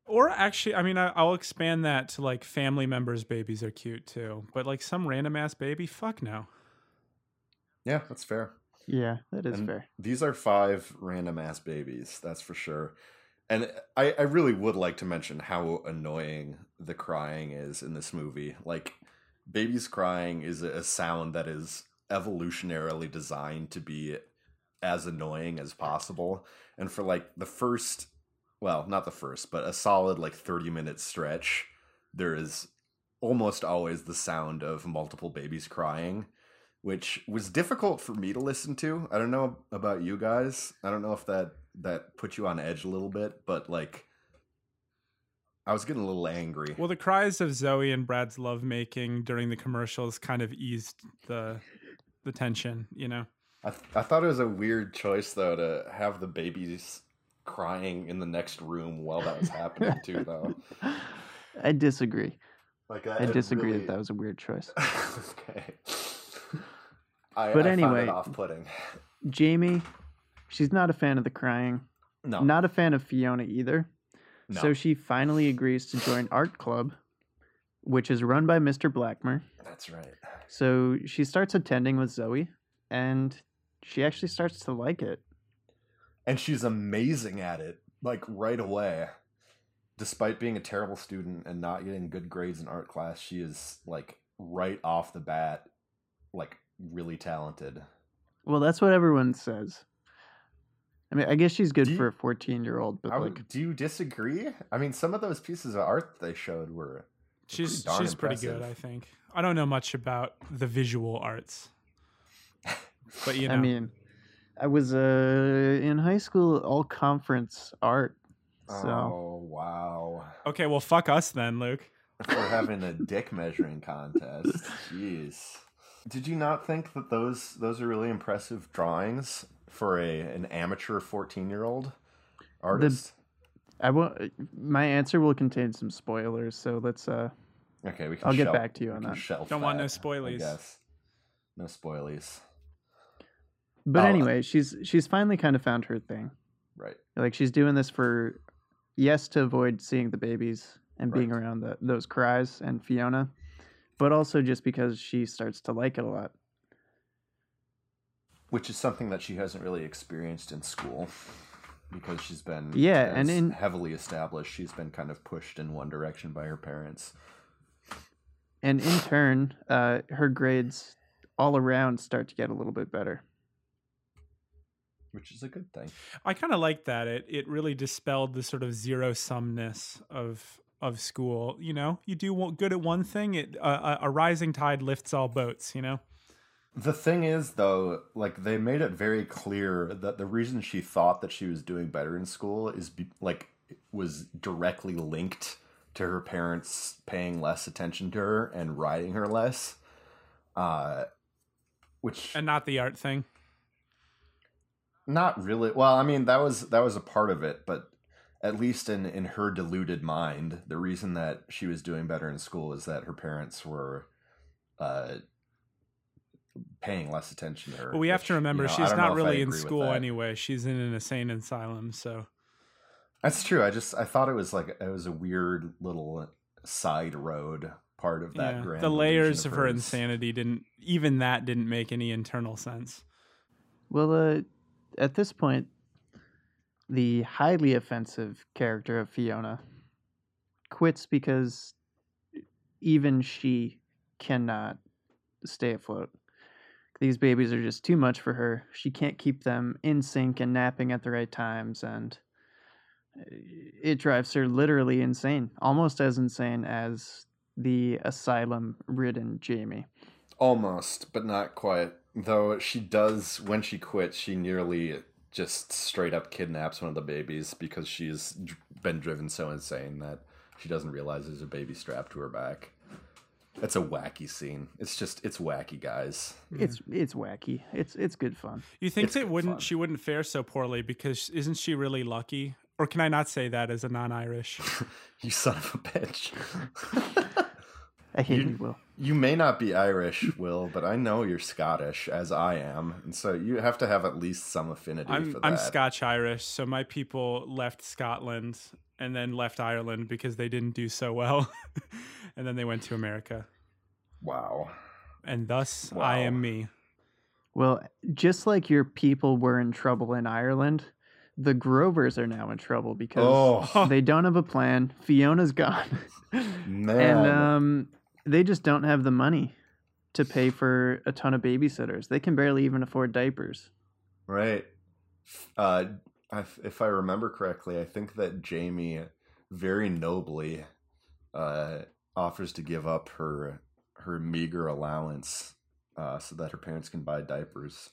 Speaker 4: Or actually, I mean, I, I'll expand that to like family members' babies are cute too. But like some random ass baby, fuck no.
Speaker 3: Yeah, that's fair.
Speaker 2: Yeah, that is
Speaker 3: And
Speaker 2: fair. [GASPS]
Speaker 3: These are five random ass babies, that's for sure. And I, I really would like to mention how annoying the crying is in this movie. Like, babies crying is a sound that is evolutionarily designed to be as annoying as possible. And for like the first, well, not the first, but a solid like 30 minute stretch, there is almost always the sound of multiple babies crying which was difficult for me to listen to. I don't know about you guys. I don't know if that that put you on edge a little bit, but like I was getting a little angry.
Speaker 4: Well, the cries of Zoe and Brad's lovemaking during the commercials kind of eased the the tension, you know.
Speaker 3: I, th- I thought it was a weird choice though to have the babies crying in the next room while that was happening too though.
Speaker 2: I disagree.
Speaker 3: [LAUGHS] Like
Speaker 2: I disagree
Speaker 3: really-
Speaker 2: that that was a weird choice.
Speaker 3: [LAUGHS] okay. I,
Speaker 2: But
Speaker 3: I found
Speaker 2: anyway.
Speaker 3: it off-putting.
Speaker 2: Jamie, she's not a fan of the crying.
Speaker 3: No,
Speaker 2: Not a fan of Fiona either.
Speaker 3: no.
Speaker 2: So she finally agrees to join art club, which is run by Mr. Blackmer.
Speaker 3: that's right.
Speaker 2: So she starts attending with Zoe, and she actually starts to like it.
Speaker 3: and she's amazing at it like right away despite being a terrible student and not getting good grades in art class she is like right off the bat like really talented
Speaker 2: Well, that's what everyone says. I mean, I guess she's good
Speaker 3: Do you-
Speaker 2: for a 14 year old, but
Speaker 3: I
Speaker 2: like,
Speaker 3: would, do you disagree i mean some of those pieces of art that they showed were
Speaker 4: She's
Speaker 3: darn
Speaker 4: she's pretty good, I
Speaker 3: impressive.
Speaker 4: think. I don't know much about the visual arts, but you know,
Speaker 2: [LAUGHS] I mean, I was uh, in high school all conference art. So
Speaker 3: oh wow
Speaker 4: okay, well, fuck us then, Luke.
Speaker 3: we're having a dick measuring
Speaker 2: [LAUGHS]
Speaker 3: contest jeez did you not think that those those are really impressive drawings for a an amateur 14 year old artist
Speaker 2: I won't. My answer will contain some spoilers. So let's. Uh,
Speaker 3: Okay, we can.
Speaker 2: I'll get
Speaker 3: shelf-
Speaker 2: back to you
Speaker 3: we
Speaker 2: on
Speaker 3: can
Speaker 2: that.
Speaker 3: shelf
Speaker 4: Don't want
Speaker 3: that,
Speaker 4: no
Speaker 3: I
Speaker 4: spoilies.
Speaker 3: guess. No spoilies.
Speaker 2: but
Speaker 3: Oh, uh,
Speaker 2: anyway, she's she's finally kind of found her thing.
Speaker 3: Right.
Speaker 2: Like she's doing this for, yes, to avoid seeing the babies and being
Speaker 3: Right.
Speaker 2: around the, those cries and Fiona, but also just because she starts to like it a lot.
Speaker 3: Which is something that she hasn't really experienced in school because she's been
Speaker 2: Yeah, and
Speaker 3: as
Speaker 2: in-
Speaker 3: heavily established. She's been kind of pushed in one direction by her parents.
Speaker 2: and in turn, uh, her grades all around start to get a little bit better.
Speaker 3: which is a good thing.
Speaker 4: I kind of like that. It it really dispelled the sort of zero sumness of of school. You know, you do one- good at one thing, it uh, a a rising tide lifts all boats. You know,
Speaker 3: The thing is, though, like they made it very clear that the reason she thought that she was doing better in school is be- like was directly linked to her parents paying less attention to her and riding her less, uh, which
Speaker 4: and not the art thing.
Speaker 3: not really. Well, I mean that was that was a part of it, but at least in in her deluded mind, the reason that she was doing better in school is that her parents were. Uh, paying less attention to her.
Speaker 4: But we have
Speaker 3: which,
Speaker 4: to
Speaker 3: you
Speaker 4: remember
Speaker 3: know, I
Speaker 4: she's
Speaker 3: don't
Speaker 4: not
Speaker 3: know if I
Speaker 4: really in
Speaker 3: agree with
Speaker 4: school
Speaker 3: that.
Speaker 4: anyway. She's in an insane asylum. So
Speaker 3: That's true. I just I thought it was like it was a weird little side road part of that
Speaker 4: yeah,
Speaker 3: grand
Speaker 4: the
Speaker 3: illusion
Speaker 4: layers of her
Speaker 3: hers.
Speaker 4: insanity didn't even that didn't make any internal sense.
Speaker 2: Well, uh, at this point, the highly offensive character of Fiona quits because even she cannot stay afloat. These babies are just too much for her. She can't keep them in sync and napping at the right times, and it drives her literally insane, almost as insane as the asylum ridden Jamie.
Speaker 3: Almost, but not quite. Though she does when she quits, she nearly just straight up kidnaps one of the babies because she's dr- been driven so insane that she doesn't realize there's a baby strapped to her back. It's a wacky scene. It's just it's wacky, guys.
Speaker 2: It's it's wacky. It's it's good fun.
Speaker 4: You think
Speaker 3: It's
Speaker 4: that
Speaker 3: good
Speaker 4: wouldn't
Speaker 3: fun.
Speaker 4: she wouldn't fare so poorly because isn't she really lucky? Or can I not say that as a non-Irish?
Speaker 3: You son of a bitch.
Speaker 2: I hate
Speaker 3: You-
Speaker 2: you, Will.
Speaker 3: You may not be Irish, Will, but I know you're Scottish, as I am, and so you have to have at least some affinity
Speaker 4: I'm
Speaker 3: for that.
Speaker 4: I'm Scotch Irish, so my people left Scotland and then left Ireland because they didn't do so well, [LAUGHS] and then they went to America,
Speaker 3: Wow.
Speaker 4: and thus I
Speaker 3: Wow.
Speaker 4: am me.
Speaker 2: Well, just like your people were in trouble in Ireland, the Grovers are now in trouble because
Speaker 3: Oh [LAUGHS]
Speaker 2: they don't have a plan. Fiona's gone. [LAUGHS]
Speaker 3: man.
Speaker 2: and um, they just don't have the money to pay for a ton of babysitters. They can barely even afford diapers.
Speaker 3: right. Uh, I, if I remember correctly, I think that Jamie very nobly uh, offers to give up her her meager allowance uh, so that her parents can buy diapers,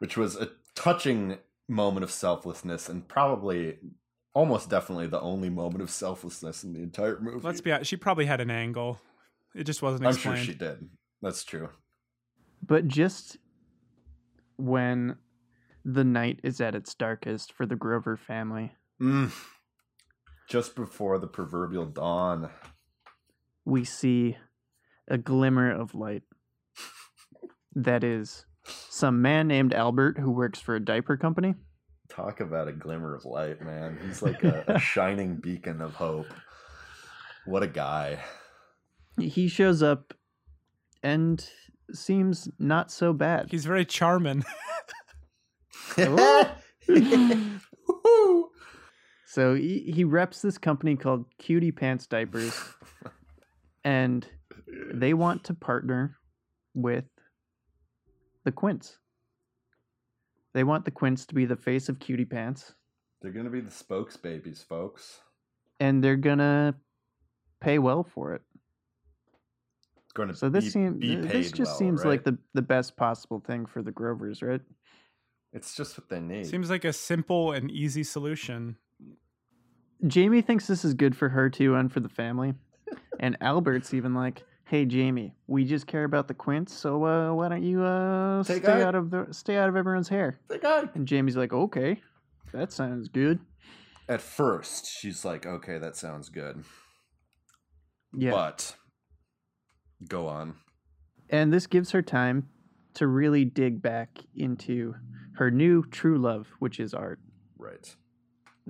Speaker 3: which was a touching moment of selflessness and probably almost definitely the only moment of selflessness in the entire movie.
Speaker 4: Let's be honest, she probably had an angle. It just wasn't
Speaker 3: I'm
Speaker 4: explained.
Speaker 3: sure she did. That's true.
Speaker 2: But just when the night is at its darkest for the Grover family,
Speaker 3: Mm. Just before the proverbial dawn.
Speaker 2: we see a glimmer of light. That is some man named Albert who works for a diaper company.
Speaker 3: Talk about a glimmer of light, man. He's like a,
Speaker 2: [LAUGHS]
Speaker 3: a shining beacon of hope. What
Speaker 2: [LAUGHS]
Speaker 3: a guy.
Speaker 2: He shows up and seems not so bad.
Speaker 4: He's very charming. [LAUGHS]
Speaker 3: Woo.
Speaker 2: So he, he reps this company called Cutie Pants Diapers, and they want to partner with the Quints. They want the Quints to be the face of Cutie Pants,
Speaker 3: They're going to be the spokes babies, folks.
Speaker 2: and they're gonna pay well for it.
Speaker 3: Going to
Speaker 2: So this
Speaker 3: be,
Speaker 2: seems
Speaker 3: be paid
Speaker 2: this just
Speaker 3: well,
Speaker 2: seems like
Speaker 3: right?
Speaker 2: the the best possible thing for the Grovers, right?
Speaker 3: It's just what they need.
Speaker 4: Seems like a simple and easy solution.
Speaker 2: Jamie thinks this is good for her too and for the family. And Albert's even like, "Hey Jamie, we just care about the quints, so uh, why don't you uh,
Speaker 3: Take
Speaker 2: stay out
Speaker 3: out-
Speaker 2: of the stay out of everyone's hair?"
Speaker 3: They got-
Speaker 2: And Jamie's like, "Okay, that sounds good."
Speaker 3: At first, she's like, okay, that sounds good.
Speaker 2: Yeah.
Speaker 3: But go on.
Speaker 2: And this gives her time to really dig back into her new true love, which is art.
Speaker 3: Right.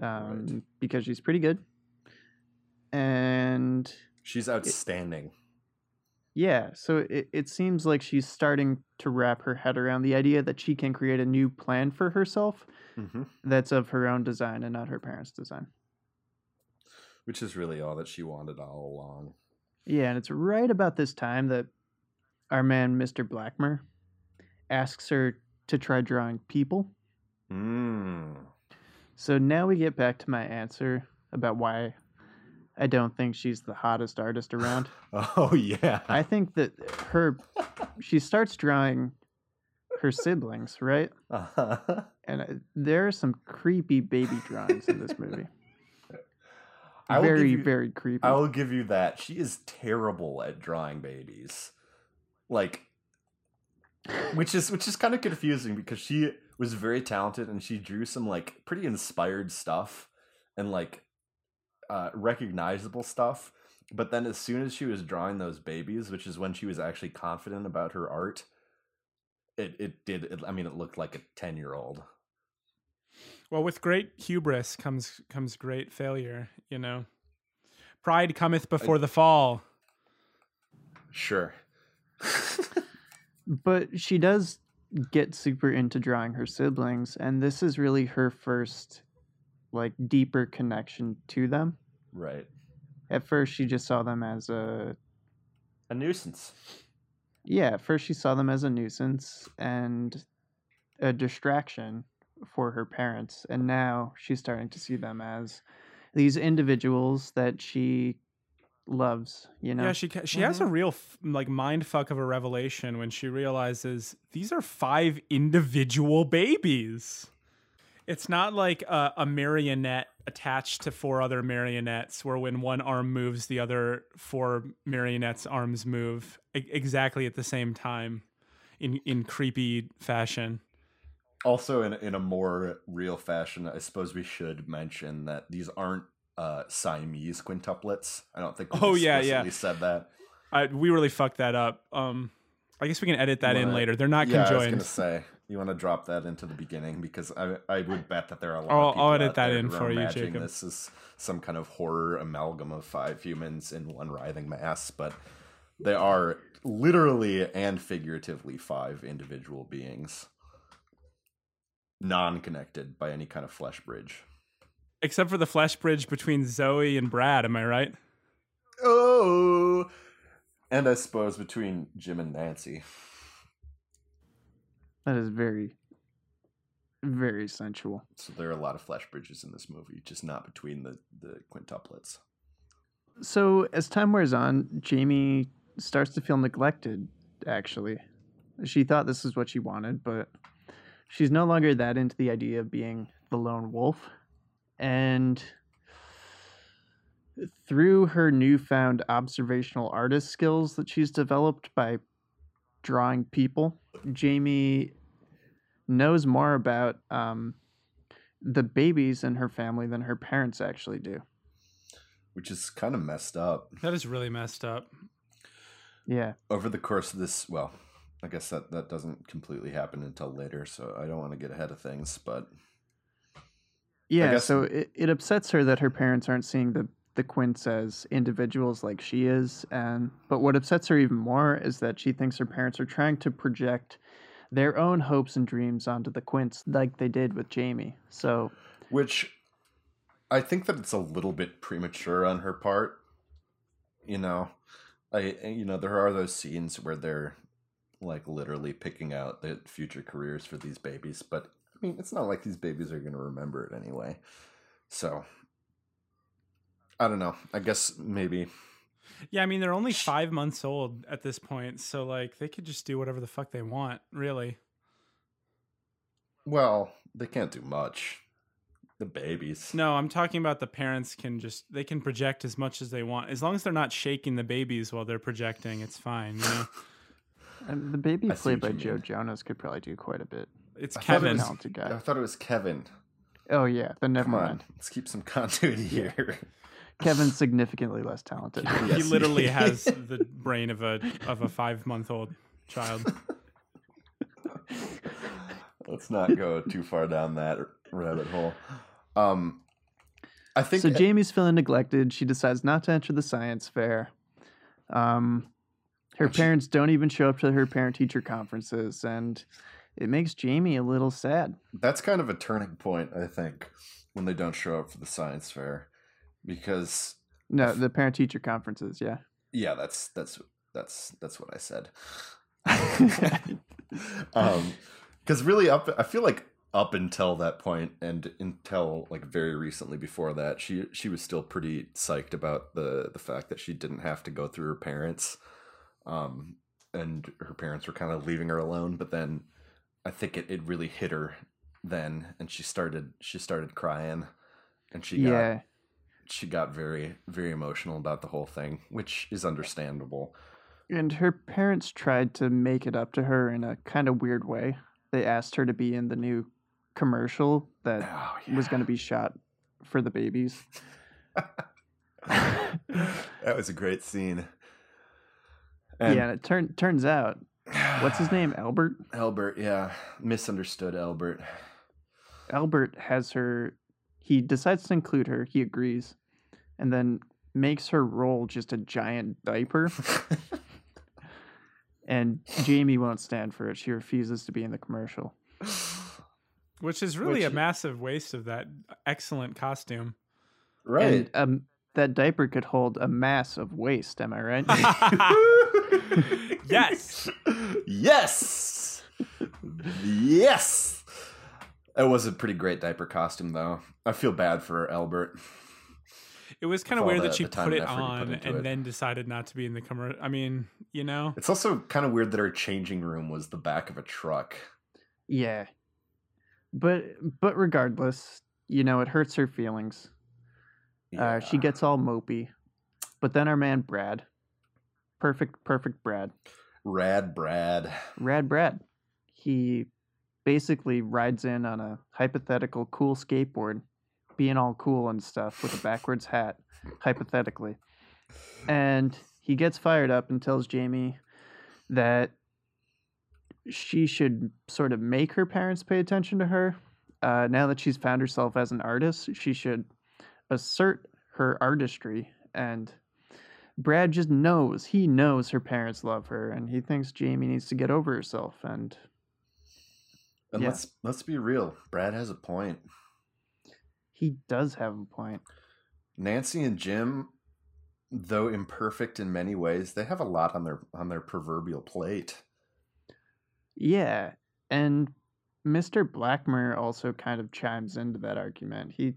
Speaker 2: Um, because she's pretty good. And
Speaker 3: She's outstanding.
Speaker 2: Yeah, so it, it seems like she's starting to wrap her head around the idea that she can create a new plan for herself
Speaker 3: Mm-hmm.
Speaker 2: that's of her own design and not her parents' design.
Speaker 3: which is really all that she wanted all along.
Speaker 2: Yeah, and it's right about this time that our man, Mr. Blackmer, asks her to try drawing people
Speaker 3: Mm.
Speaker 2: So now we get back to my answer about why I don't think she's the hottest artist around.
Speaker 3: [LAUGHS] Oh yeah.
Speaker 2: I think that her she starts drawing her siblings, right?
Speaker 3: [LAUGHS] Uh-huh.
Speaker 2: And uh, there are some creepy baby drawings in this movie.
Speaker 3: [LAUGHS] I will give
Speaker 2: very
Speaker 3: you-
Speaker 2: very creepy.
Speaker 3: I will give you that. She is terrible at drawing babies. Like which is which is kind of confusing because she was very talented and she drew some like pretty inspired stuff and like uh recognizable stuff. But then as soon as she was drawing those babies, which is when she was actually confident about her art, it it did it, I mean it looked like a 10-year-old.
Speaker 4: Well, with great hubris comes comes great failure. You know, pride cometh before the fall.
Speaker 3: Sure.
Speaker 2: but she does get super into drawing her siblings and this is really her first like deeper connection to them.
Speaker 3: Right.
Speaker 2: At first she just saw them as a
Speaker 3: A nuisance.
Speaker 2: yeah, at first she saw them as a nuisance and a distraction for her parents, and now she's starting to see them as these individuals that she loves. You know, Mm-hmm.
Speaker 4: Yeah, she ca- she has a real f- like mind fuck of a revelation when she realizes these are five individual babies. It's not like a, a marionette attached to four other marionettes, where when one arm moves, the other four marionettes' arms move e- exactly at the same time, in in creepy fashion.
Speaker 3: also in in a more real fashion i suppose we should mention that these aren't uh siamese quintuplets i don't think we
Speaker 4: Oh, yeah,
Speaker 3: explicitly
Speaker 4: yeah.
Speaker 3: said that
Speaker 4: I, we really fucked that up. Um, I guess we can edit that in
Speaker 3: Right.
Speaker 4: later. They're not
Speaker 3: yeah i was
Speaker 4: conjoined.
Speaker 3: gonna say you want to drop that into the beginning because i i would bet that there are a lot
Speaker 4: I'll- I'll
Speaker 3: of people
Speaker 4: edit
Speaker 3: out
Speaker 4: that
Speaker 3: there
Speaker 4: in
Speaker 3: who are
Speaker 4: for you,
Speaker 3: imagining
Speaker 4: Jacob.
Speaker 3: this is some kind of horror amalgam of five humans in one writhing mass but they are literally and figuratively five individual beings non-connected by any kind of flesh bridge
Speaker 4: Except for the flesh bridge between Zoe and Brad. Am I right?
Speaker 3: Oh, and I suppose between Jim and Nancy.
Speaker 2: that is very, very sensual.
Speaker 3: So there are a lot of flash bridges in this movie, just not between the the quintuplets.
Speaker 2: So as time wears on, Jamie starts to feel neglected. Actually, she thought this is what she wanted, but she's no longer that into the idea of being the lone wolf, and through her newfound observational artist skills that she's developed by drawing people, Jamie knows more about um, the babies in her family than her parents actually do.
Speaker 3: Which is kind of messed up.
Speaker 4: That is really messed up.
Speaker 2: Yeah.
Speaker 3: Over the course of this, well, I guess that, that doesn't completely happen until later, so I don't want to get ahead of things, but
Speaker 2: Yeah,
Speaker 3: guess-
Speaker 2: so it, it upsets her that her parents aren't seeing the the Quints as individuals like she is, and but what upsets her even more is that she thinks her parents are trying to project their own hopes and dreams onto the Quints, like they did with Jamie. So
Speaker 3: which I think that it's a little bit premature on her part. You know, I you know there are those scenes where they're like literally picking out the future careers for these babies, but I mean it's not like these babies are going to remember it anyway. So I don't know. I guess maybe
Speaker 4: Yeah, I mean they're only five months old at this point, so like they could just do whatever the fuck they want, really.
Speaker 3: well they can't do much. The babies.
Speaker 4: No, I'm talking about the parents can just they can project as much as they want as long as they're not shaking the babies while they're projecting. It's fine. You know,
Speaker 2: um, the baby
Speaker 3: I see
Speaker 2: played
Speaker 3: what
Speaker 2: by
Speaker 3: you
Speaker 2: Joe
Speaker 3: mean.
Speaker 2: Jonas could probably do quite a bit.
Speaker 4: it's
Speaker 3: I thought it
Speaker 4: Kevin.
Speaker 2: He's a
Speaker 3: was-
Speaker 2: talented
Speaker 3: I
Speaker 2: guy.
Speaker 3: thought it was Kevin.
Speaker 2: Oh yeah, then never
Speaker 3: Come on,
Speaker 2: mind.
Speaker 3: let's keep some continuity here.
Speaker 2: Kevin's significantly less talented.
Speaker 3: [LAUGHS]
Speaker 4: He
Speaker 3: Yes.
Speaker 4: literally has the brain of a of a five month old child.
Speaker 3: Let's not go too far down that rabbit hole. Um, I think
Speaker 2: So Jamie's feeling neglected. She decides not to enter the science fair. Um, her parents don't even show up to her parent teacher conferences, and it makes Jamie a little sad.
Speaker 3: that's kind of a turning point. I think when they don't show up for the science fair, because
Speaker 2: No, the parent teacher conferences, yeah.
Speaker 3: yeah, that's that's that's that's what I said. um, because really, up I feel like up until that point and until like very recently before that she she was still pretty psyched about the the fact that she didn't have to go through her parents um and her parents were kind of leaving her alone but then i think it, it really hit her then and she started she started crying and she got
Speaker 2: yeah.
Speaker 3: she got very very emotional about the whole thing which is understandable
Speaker 2: And her parents tried to make it up to her in a kind of weird way. They asked her to be in the new commercial that
Speaker 3: oh,
Speaker 2: was going to be shot for the babies.
Speaker 3: [LAUGHS] that was a great scene
Speaker 2: yeah, and it turn, turns out, what's his name? Albert?
Speaker 3: [SIGHS] Albert, yeah.
Speaker 2: [LAUGHS]
Speaker 3: Misunderstood Albert.
Speaker 2: Albert has her, he decides to include her. He agrees. And then makes her roll just a giant diaper. and Jamie won't stand for it. She refuses to be in the commercial.
Speaker 4: which is really
Speaker 2: Which-
Speaker 4: a massive waste of that excellent
Speaker 3: [LAUGHS]
Speaker 4: costume.
Speaker 2: And um, that diaper could hold a mass of waste. Am I right?
Speaker 4: [LAUGHS] yes.
Speaker 3: yes. yes. It was a pretty great diaper costume though. I feel bad for Albert.
Speaker 4: It was kind
Speaker 3: With
Speaker 4: of
Speaker 3: all
Speaker 4: weird
Speaker 3: the-
Speaker 4: that she
Speaker 3: the time
Speaker 4: put
Speaker 3: and
Speaker 4: it
Speaker 3: effort you put
Speaker 4: on
Speaker 3: into
Speaker 4: and
Speaker 3: it.
Speaker 4: then decided not to be in the commercial. I mean, you know,
Speaker 3: It's also kind of weird that her changing room was the back of a truck.
Speaker 2: yeah. But but regardless, you know it hurts her feelings. Uh, she
Speaker 3: Yeah.
Speaker 2: gets all mopey. But then our man Brad, perfect perfect Brad,
Speaker 3: Rad Brad.
Speaker 2: rad Brad, he basically rides in on a hypothetical cool skateboard, being all cool and stuff with a backwards hat, hypothetically. And he gets fired up and tells Jamie that she should sort of make her parents pay attention to her. Uh, now that she's found herself as an artist, she should assert her artistry. And Brad just knows, he knows her parents love her, and he thinks Jamie needs to get over herself. And
Speaker 3: And
Speaker 2: Yeah.
Speaker 3: let's let's be real. Brad has a point.
Speaker 2: he does have a point.
Speaker 3: Nancy and Jim, though imperfect in many ways, they have a lot on their on their proverbial plate.
Speaker 2: Yeah, and Mr. Blackmer also kind of chimes into that argument. He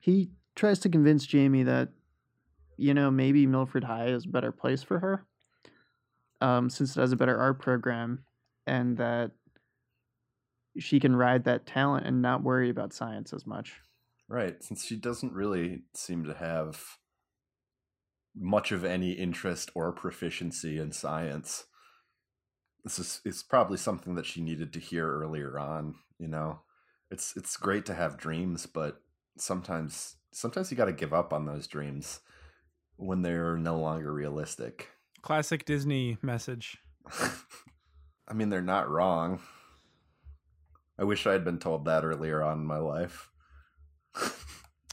Speaker 2: he tries to convince Jamie that you know maybe Milford High is a better place for her, um, since it has a better art program, and that she can ride that talent and not worry about science as much.
Speaker 3: Right, since she doesn't really seem to have much of any interest or proficiency in science. This is it's probably something that she needed to hear earlier on, you know. It's it's great to have dreams, but sometimes sometimes you got to give up on those dreams when they're no longer realistic. [LAUGHS]
Speaker 4: classic Disney message.
Speaker 3: I mean, they're not wrong. I wish I had been told that earlier on in my life. [LAUGHS]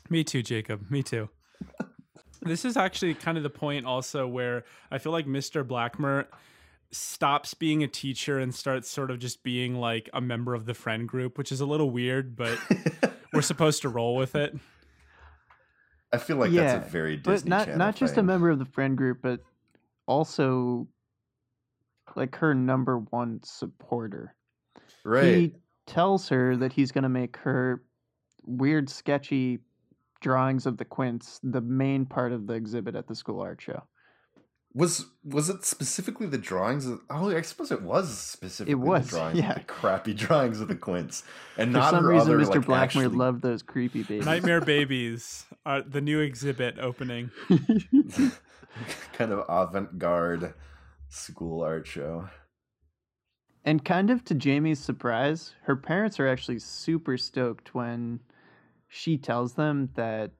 Speaker 4: Me too, Jacob. Me too. this is actually kind of the point also where I feel like Mr. Blackmer stops being a teacher and starts sort of just being like a member of the friend group, which is a little weird, but we're supposed to roll with it.
Speaker 3: I feel like that's
Speaker 2: Yeah,
Speaker 3: a very
Speaker 2: but
Speaker 3: Disney
Speaker 2: not
Speaker 3: Channel
Speaker 2: not just a
Speaker 3: thing.
Speaker 2: member of the friend group, but also like her number one supporter.
Speaker 3: right?
Speaker 2: he tells her that he's going to make her weird sketchy drawings of the quints the main part of the exhibit at the school art show
Speaker 3: Was was it specifically the drawings? Of, oh, I suppose it was specifically
Speaker 2: was,
Speaker 3: the drawings,
Speaker 2: yeah.
Speaker 3: the crappy [LAUGHS] drawings of the Quints, and
Speaker 2: for
Speaker 3: not
Speaker 2: some
Speaker 3: her
Speaker 2: reason
Speaker 3: other,
Speaker 2: mr
Speaker 3: like,
Speaker 2: blackmore
Speaker 3: actually- [LAUGHS]
Speaker 2: loved those creepy babies
Speaker 4: Nightmare Babies, uh, the new exhibit opening.
Speaker 2: [LAUGHS]
Speaker 3: kind of avant-garde school art show.
Speaker 2: and kind of to jamie's surprise her parents are actually super stoked when she tells them that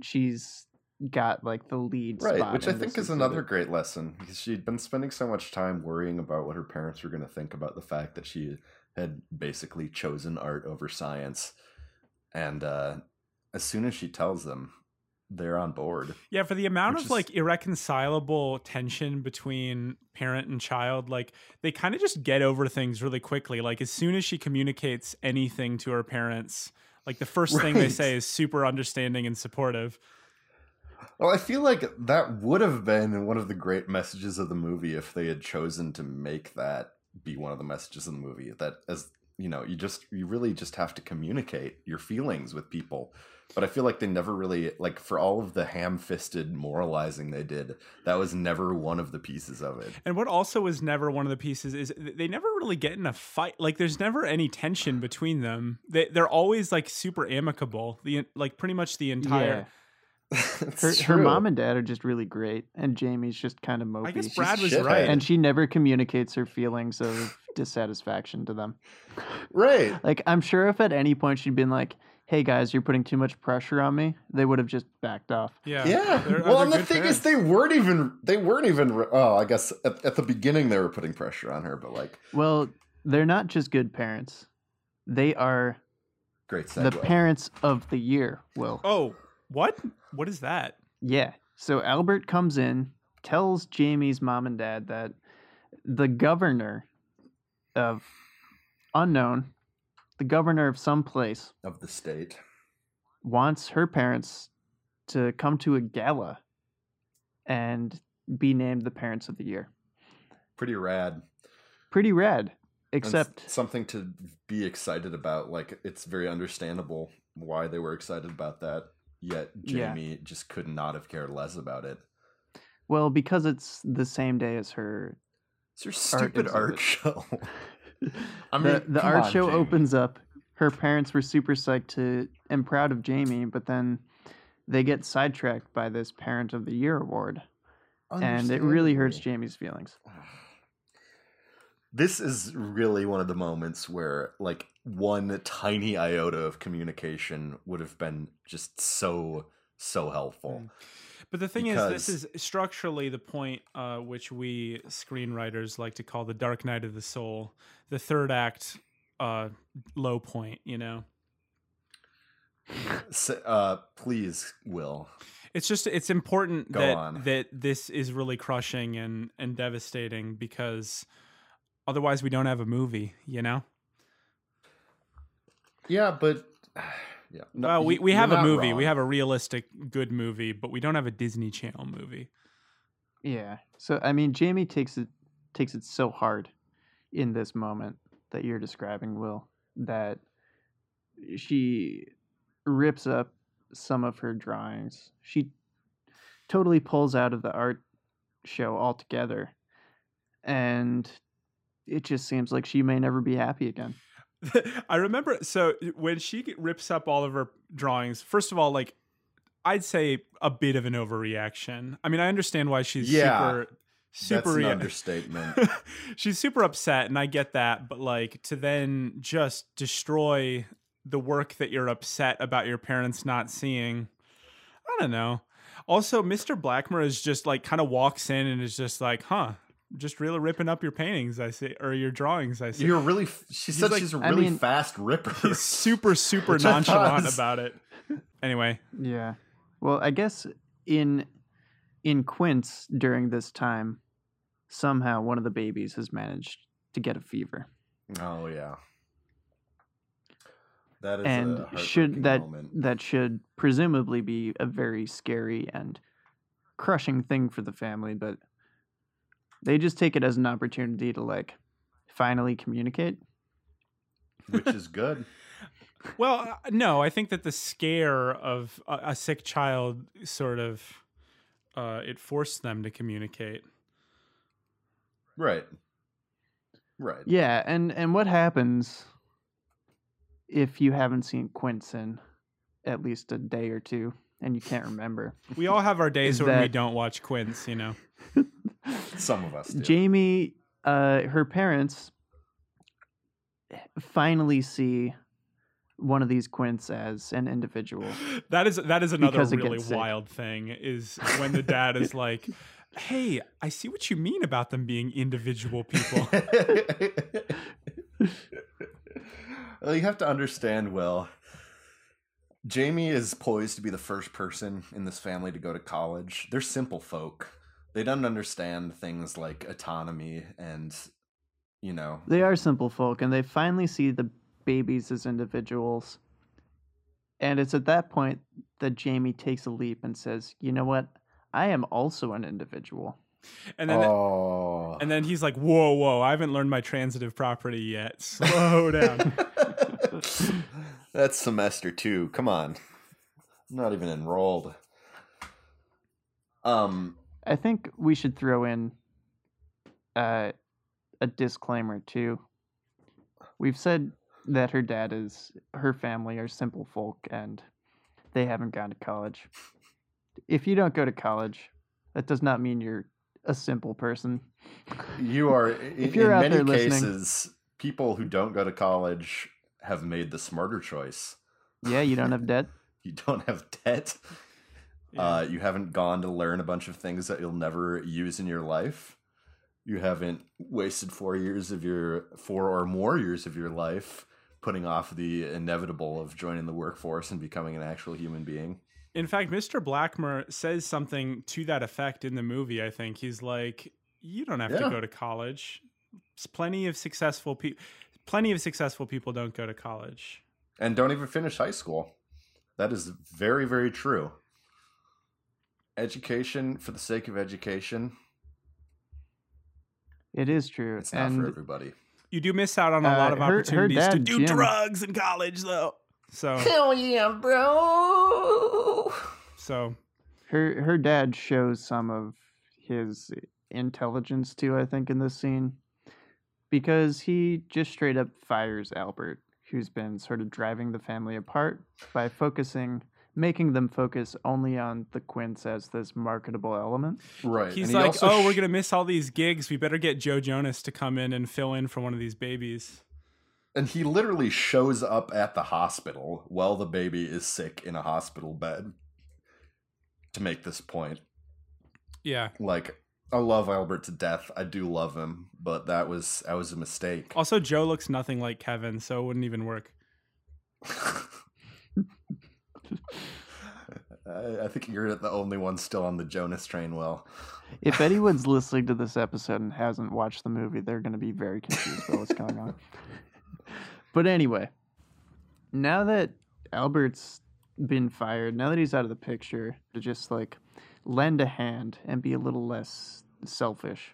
Speaker 2: she's got like the lead
Speaker 3: right
Speaker 2: spot
Speaker 3: which i
Speaker 2: in
Speaker 3: think
Speaker 2: this
Speaker 3: is another
Speaker 2: exhibit.
Speaker 3: great lesson because she'd been spending so much time worrying about what her parents were going to think about the fact that she had basically chosen art over science and uh, as soon as she tells them they're on board
Speaker 4: Yeah, for the amount
Speaker 3: Which
Speaker 4: of
Speaker 3: is-
Speaker 4: like irreconcilable tension between parent and child, like they kind of just get over things really quickly. Like as soon as she communicates anything to her parents, like the first thing they
Speaker 3: Right.
Speaker 4: say is super understanding and supportive.
Speaker 3: well i feel like that would have been one of the great messages of the movie if they had chosen to make that be one of the messages of the movie that as you know you just you really just have to communicate your feelings with people but i feel like they never really like for all of the ham-fisted moralizing they did that was never one of the pieces of it
Speaker 4: And what also was never one of the pieces is th- they never really get in a fight. Like there's never any tension between them. They they're always like super amicable. The like pretty much the entire.
Speaker 3: It's
Speaker 2: [LAUGHS] Her, her
Speaker 3: true.
Speaker 2: mom and dad are just really great, and Jamie's just kind of mopey.
Speaker 4: I guess
Speaker 2: She's-
Speaker 4: Brad was
Speaker 3: shithead.
Speaker 4: right.
Speaker 2: and she never communicates her feelings of dissatisfaction to them.
Speaker 3: right
Speaker 2: Like, I'm sure if at any point she'd been like, "Hey guys, you're putting too much pressure on me," they would have just backed off.
Speaker 4: Yeah.
Speaker 3: yeah
Speaker 4: They're- uh,
Speaker 3: well
Speaker 4: they're
Speaker 3: and the
Speaker 4: good
Speaker 3: thing
Speaker 4: parents.
Speaker 3: is they weren't even they weren't even re- oh i guess at, at the beginning they were putting pressure on her but like
Speaker 2: Well, they're not just good parents; they are
Speaker 3: great
Speaker 2: the
Speaker 3: segue.
Speaker 2: parents of the year. Will
Speaker 4: Oh, what? What is that?
Speaker 2: Yeah. So Albert comes in, tells Jamie's mom and dad that the governor of unknown, the governor of some place
Speaker 3: of the state
Speaker 2: wants her parents to come to a gala and be named the parents of the year.
Speaker 3: pretty rad
Speaker 2: Pretty rad,
Speaker 3: And s-
Speaker 2: except
Speaker 3: something to be excited about like it's very understandable why they were excited about that yet
Speaker 2: Yeah.
Speaker 3: jamie just could not have cared less about it
Speaker 2: well because it's the same day as her
Speaker 3: it's your stupid
Speaker 2: exhibit.
Speaker 3: art, [LAUGHS] show i mean
Speaker 2: the, the
Speaker 3: come
Speaker 2: art
Speaker 3: on,
Speaker 2: show
Speaker 3: Jamie.
Speaker 2: opens up. Her parents were super psyched to and proud of Jamie, but then they get sidetracked by this Parent of the Year award, and it really hurts
Speaker 3: Understandably.
Speaker 2: Jamie's feelings.
Speaker 3: [SIGHS] this is really one of the moments where like one tiny iota of communication would have been just so so helpful
Speaker 4: Mm. But the thing is,
Speaker 3: Because-
Speaker 4: this is structurally the point uh, which we screenwriters like to call the dark night of the soul, the third act uh, low point. You know,
Speaker 2: Mm.
Speaker 3: S uh please will
Speaker 4: it's just it's important
Speaker 3: Go
Speaker 4: that
Speaker 3: on.
Speaker 4: that this is really crushing and and devastating because otherwise we don't have a movie. You know,
Speaker 3: yeah but [SIGHS] yeah no,
Speaker 4: well, we
Speaker 3: you-
Speaker 4: we
Speaker 3: you're
Speaker 4: have a
Speaker 3: not
Speaker 4: movie, we
Speaker 3: wrong.
Speaker 4: have a realistic good movie, but we don't have a Disney Channel movie.
Speaker 2: Yeah. So I mean, Jamie takes it takes it so hard in this moment that you're describing, Will, that she rips up some of her drawings. She totally pulls out of the art show altogether, and it just seems like she may never be happy again.
Speaker 4: [LAUGHS] I remember so when she g- rips up all of her drawings. First of all, like I'd say a bit of an overreaction. I mean, I understand why she's
Speaker 3: Yeah,
Speaker 4: super
Speaker 3: That's an
Speaker 4: super
Speaker 3: understatement.
Speaker 4: rea- [LAUGHS] she's super upset, and I get that. But like to then just destroy the work that you're upset about your parents not seeing. I don't know. Also, Mr. Blackmer is just like kind of walks in and is just like, "Huh, just really ripping up your paintings, I see, or your drawings, I see."
Speaker 3: You're really. f- She said
Speaker 4: like-
Speaker 3: she's a
Speaker 2: I
Speaker 3: really
Speaker 2: mean-
Speaker 3: fast ripper.
Speaker 4: He's
Speaker 3: [LAUGHS]
Speaker 4: super, super
Speaker 3: Which I thought
Speaker 4: nonchalant
Speaker 3: was-
Speaker 4: about it. Anyway,
Speaker 2: Yeah. Well, I guess in in Quince during this time, somehow one of the babies has managed to get a fever.
Speaker 3: oh yeah. That is
Speaker 2: and
Speaker 3: a
Speaker 2: should
Speaker 3: heartbreaking
Speaker 2: that
Speaker 3: moment.
Speaker 2: that should presumably be a very scary and crushing thing for the family but they just take it as an opportunity to like finally communicate
Speaker 3: which is
Speaker 4: [LAUGHS]
Speaker 3: good.
Speaker 4: well, uh, no, I think that the scare of a, a sick child sort of uh, it forced them to communicate.
Speaker 3: Right. Right.
Speaker 2: yeah and and what happens if you haven't seen quinson at least a day or two and you can't remember
Speaker 4: We all have our days
Speaker 2: Is
Speaker 4: when we
Speaker 2: that-
Speaker 4: don't watch Quince, you know.
Speaker 3: Some of us. Do.
Speaker 2: Jamie, uh, her parents finally see one of these quints as an individual.
Speaker 4: That is that is another
Speaker 2: Because it
Speaker 4: really
Speaker 2: gets sick.
Speaker 4: wild thing is when the dad is like, "Hey, I see what you mean about them being individual
Speaker 3: [LAUGHS]
Speaker 4: people."
Speaker 3: well, you have to understand. Well, Jamie is poised to be the first person in this family to go to college. They're simple folk. They don't understand things like autonomy and, you know,
Speaker 2: They are simple folk, and they finally see the babies as individuals. And it's at that point that Jamie takes a leap and says, You know what? I am also an individual.
Speaker 4: And then
Speaker 3: oh.
Speaker 4: and then he's like, "Whoa, whoa! I haven't learned my transitive property yet. Slow down."
Speaker 3: [LAUGHS]
Speaker 4: [LAUGHS]
Speaker 3: That's semester two. Come on. I'm not even enrolled. Um,
Speaker 2: I think we should throw in uh, a disclaimer too. We've said that her dad is her family are simple folk and they haven't gone to college. If you don't go to college, that does not mean you're a simple person.
Speaker 3: you are in,
Speaker 2: If you're
Speaker 3: in
Speaker 2: out
Speaker 3: many
Speaker 2: there listening-
Speaker 3: cases people who don't go to college have made the smarter choice.
Speaker 2: Yeah, you don't have debt.
Speaker 3: You don't have debt. Uh, you haven't gone to learn a bunch of things that you'll never use in your life. You haven't wasted four years of your four or more years of your life putting off the inevitable of joining the workforce and becoming an actual human being.
Speaker 4: In fact, Mr. Blackmer says something to that effect in the movie. I think he's like, "You don't have
Speaker 3: Yeah.
Speaker 4: to go to college. There's plenty of successful people. Plenty of successful people don't go to college."
Speaker 3: and don't even finish high school. That is very, very true. Education for the sake of education,
Speaker 2: It is true.
Speaker 3: it's not for
Speaker 4: [LAUGHS]
Speaker 2: and
Speaker 3: everybody.
Speaker 4: You do miss out on a lot
Speaker 2: Uh,
Speaker 4: of
Speaker 2: her- her
Speaker 4: opportunities to
Speaker 2: dad,
Speaker 4: do
Speaker 2: Jim-
Speaker 4: drugs in college, though. So,
Speaker 3: Hell Oh, yeah, bro!
Speaker 4: so
Speaker 2: her her dad shows some of his intelligence too, I think, in this scene. Because he just straight up fires Albert, who's been sort of driving the family apart by focusing making them focus only on the Quince as this marketable element.
Speaker 3: Right. and
Speaker 4: he's
Speaker 3: he
Speaker 4: like,
Speaker 3: also
Speaker 4: "Oh, we're
Speaker 3: sh-
Speaker 4: gonna miss all these gigs. We better get Joe Jonas to come in and fill in for one of these babies."
Speaker 3: And he literally shows up at the hospital while the baby is sick in a hospital bed to make this point.
Speaker 4: Yeah.
Speaker 3: Like, I love Albert to death. I do love him, but that was that was a mistake.
Speaker 4: Also, Joe looks nothing like Kevin, so it wouldn't even work.
Speaker 3: [LAUGHS] I, I think you're the only one still on the Jonas train, Will.
Speaker 2: If anyone's listening to this episode and hasn't watched the movie, they're going to be very confused about what's going on. But anyway, now that Albert's been fired, now that he's out of the picture, to just like lend a hand and be a little less selfish,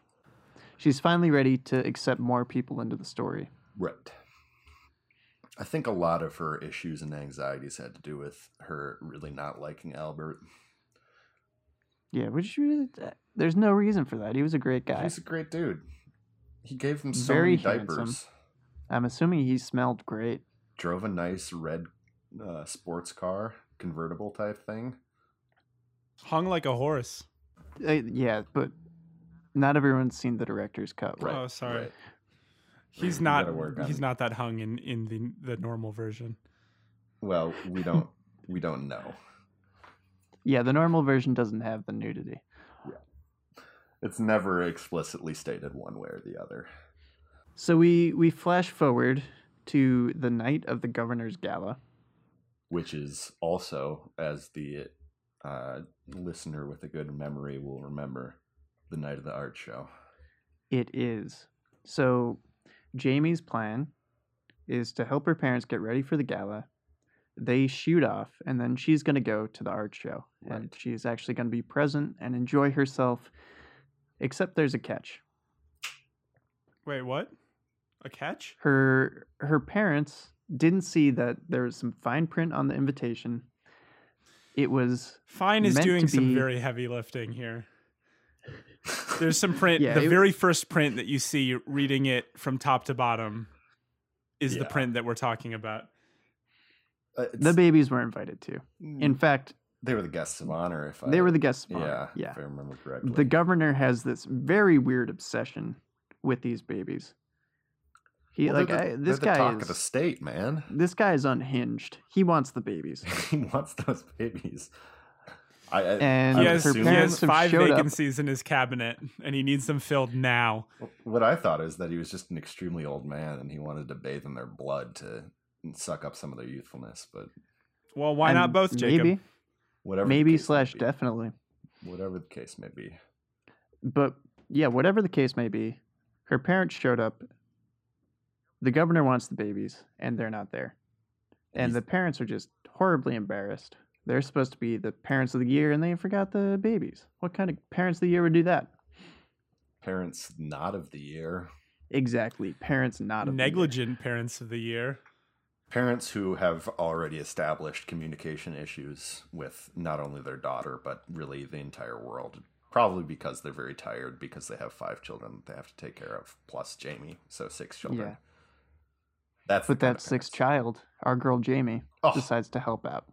Speaker 2: she's finally ready to accept more people into the story.
Speaker 3: Right. I think a lot of her issues and anxieties had to do with her really not liking Albert.
Speaker 2: Yeah, which really, there's no reason for that. He was a great guy.
Speaker 3: He's a great dude. He gave him so
Speaker 2: Very
Speaker 3: many diapers.
Speaker 2: handsome. I'm assuming he smelled great.
Speaker 3: Drove a nice red uh, sports car, convertible type thing.
Speaker 4: Hung like a horse.
Speaker 2: Uh, yeah, but not everyone's seen the director's cut.
Speaker 3: Right.
Speaker 4: Oh, sorry.
Speaker 3: right.
Speaker 4: He's
Speaker 3: You
Speaker 4: not.
Speaker 3: gotta work on
Speaker 4: He's
Speaker 3: it.
Speaker 4: not that hung in in the the normal version.
Speaker 3: Well, we don't. we don't know.
Speaker 2: Yeah, the normal version doesn't have the nudity.
Speaker 3: It's never explicitly stated one way or the other.
Speaker 2: So we we flash forward to the night of the governor's gala.
Speaker 3: which is also, as the uh, listener with a good memory will remember, the night of the art show.
Speaker 2: It is. So Jamie's plan is to help her parents get ready for the gala. They shoot off and then she's going to go to the art show. And
Speaker 3: Right.
Speaker 2: she's actually going to be present and enjoy herself. Except there's a catch.
Speaker 4: Wait, what? A catch?
Speaker 2: her her parents didn't see that there was some fine print on the invitation. It was
Speaker 4: Fine is
Speaker 2: Meant
Speaker 4: doing
Speaker 2: to
Speaker 4: some
Speaker 2: be-
Speaker 4: very heavy lifting here. There's some print.
Speaker 2: [LAUGHS] Yeah,
Speaker 4: the
Speaker 2: it-
Speaker 4: very first print that you see, reading it from top to bottom, is the
Speaker 3: Yeah.
Speaker 4: print that we're talking about.
Speaker 3: [LAUGHS] Uh,
Speaker 2: the babies were invited to. In fact,
Speaker 3: they were the guests of honor. If I,
Speaker 2: they were the guests. of
Speaker 3: Hmm. yeah,
Speaker 2: honor. yeah.
Speaker 3: If I remember correctly,
Speaker 2: The governor has this very weird obsession with these babies. He
Speaker 3: Well,
Speaker 2: like
Speaker 3: they're the-
Speaker 2: I, this
Speaker 3: they're the
Speaker 2: guy
Speaker 3: talk of the
Speaker 2: is
Speaker 3: state, man. [LAUGHS]
Speaker 2: this guy is unhinged. He wants the babies,
Speaker 3: he wants those babies. I, I,
Speaker 2: And
Speaker 4: He
Speaker 3: I
Speaker 4: has,
Speaker 2: her
Speaker 3: assume-
Speaker 4: he has
Speaker 2: parents have
Speaker 4: five
Speaker 2: showed up.
Speaker 4: vacancies in his cabinet, and he needs them filled now.
Speaker 3: what I thought is that he was just an extremely old man, and he wanted to bathe in their blood to suck up some of their youthfulness. But
Speaker 4: Well, why not
Speaker 2: And
Speaker 4: both, Jacob?
Speaker 2: Maybe,
Speaker 3: whatever, the
Speaker 2: maybe
Speaker 3: case may
Speaker 2: slash
Speaker 3: be-
Speaker 2: definitely.
Speaker 3: whatever the case may be.
Speaker 2: but yeah, whatever the case may be, her parents showed up. The governor wants the babies, and they're not there. And
Speaker 3: He's-
Speaker 2: the parents are just horribly embarrassed. They're supposed to be the parents of the year, and they forgot the babies. What kind of parents of the year would do that?
Speaker 3: Parents not of the year.
Speaker 2: Exactly. Parents not of the year.
Speaker 4: Negligent parents of the year.
Speaker 3: Parents who have already established communication issues with not only their daughter, but really the entire world. Probably because they're very tired because they have five children that they have to take care of, plus Jamie. So six children.
Speaker 2: Yeah.
Speaker 3: That's the
Speaker 2: But
Speaker 3: kind
Speaker 2: that
Speaker 3: of
Speaker 2: sixth
Speaker 3: parents.
Speaker 2: child, our girl Jamie,
Speaker 3: Oh.
Speaker 2: decides to help out.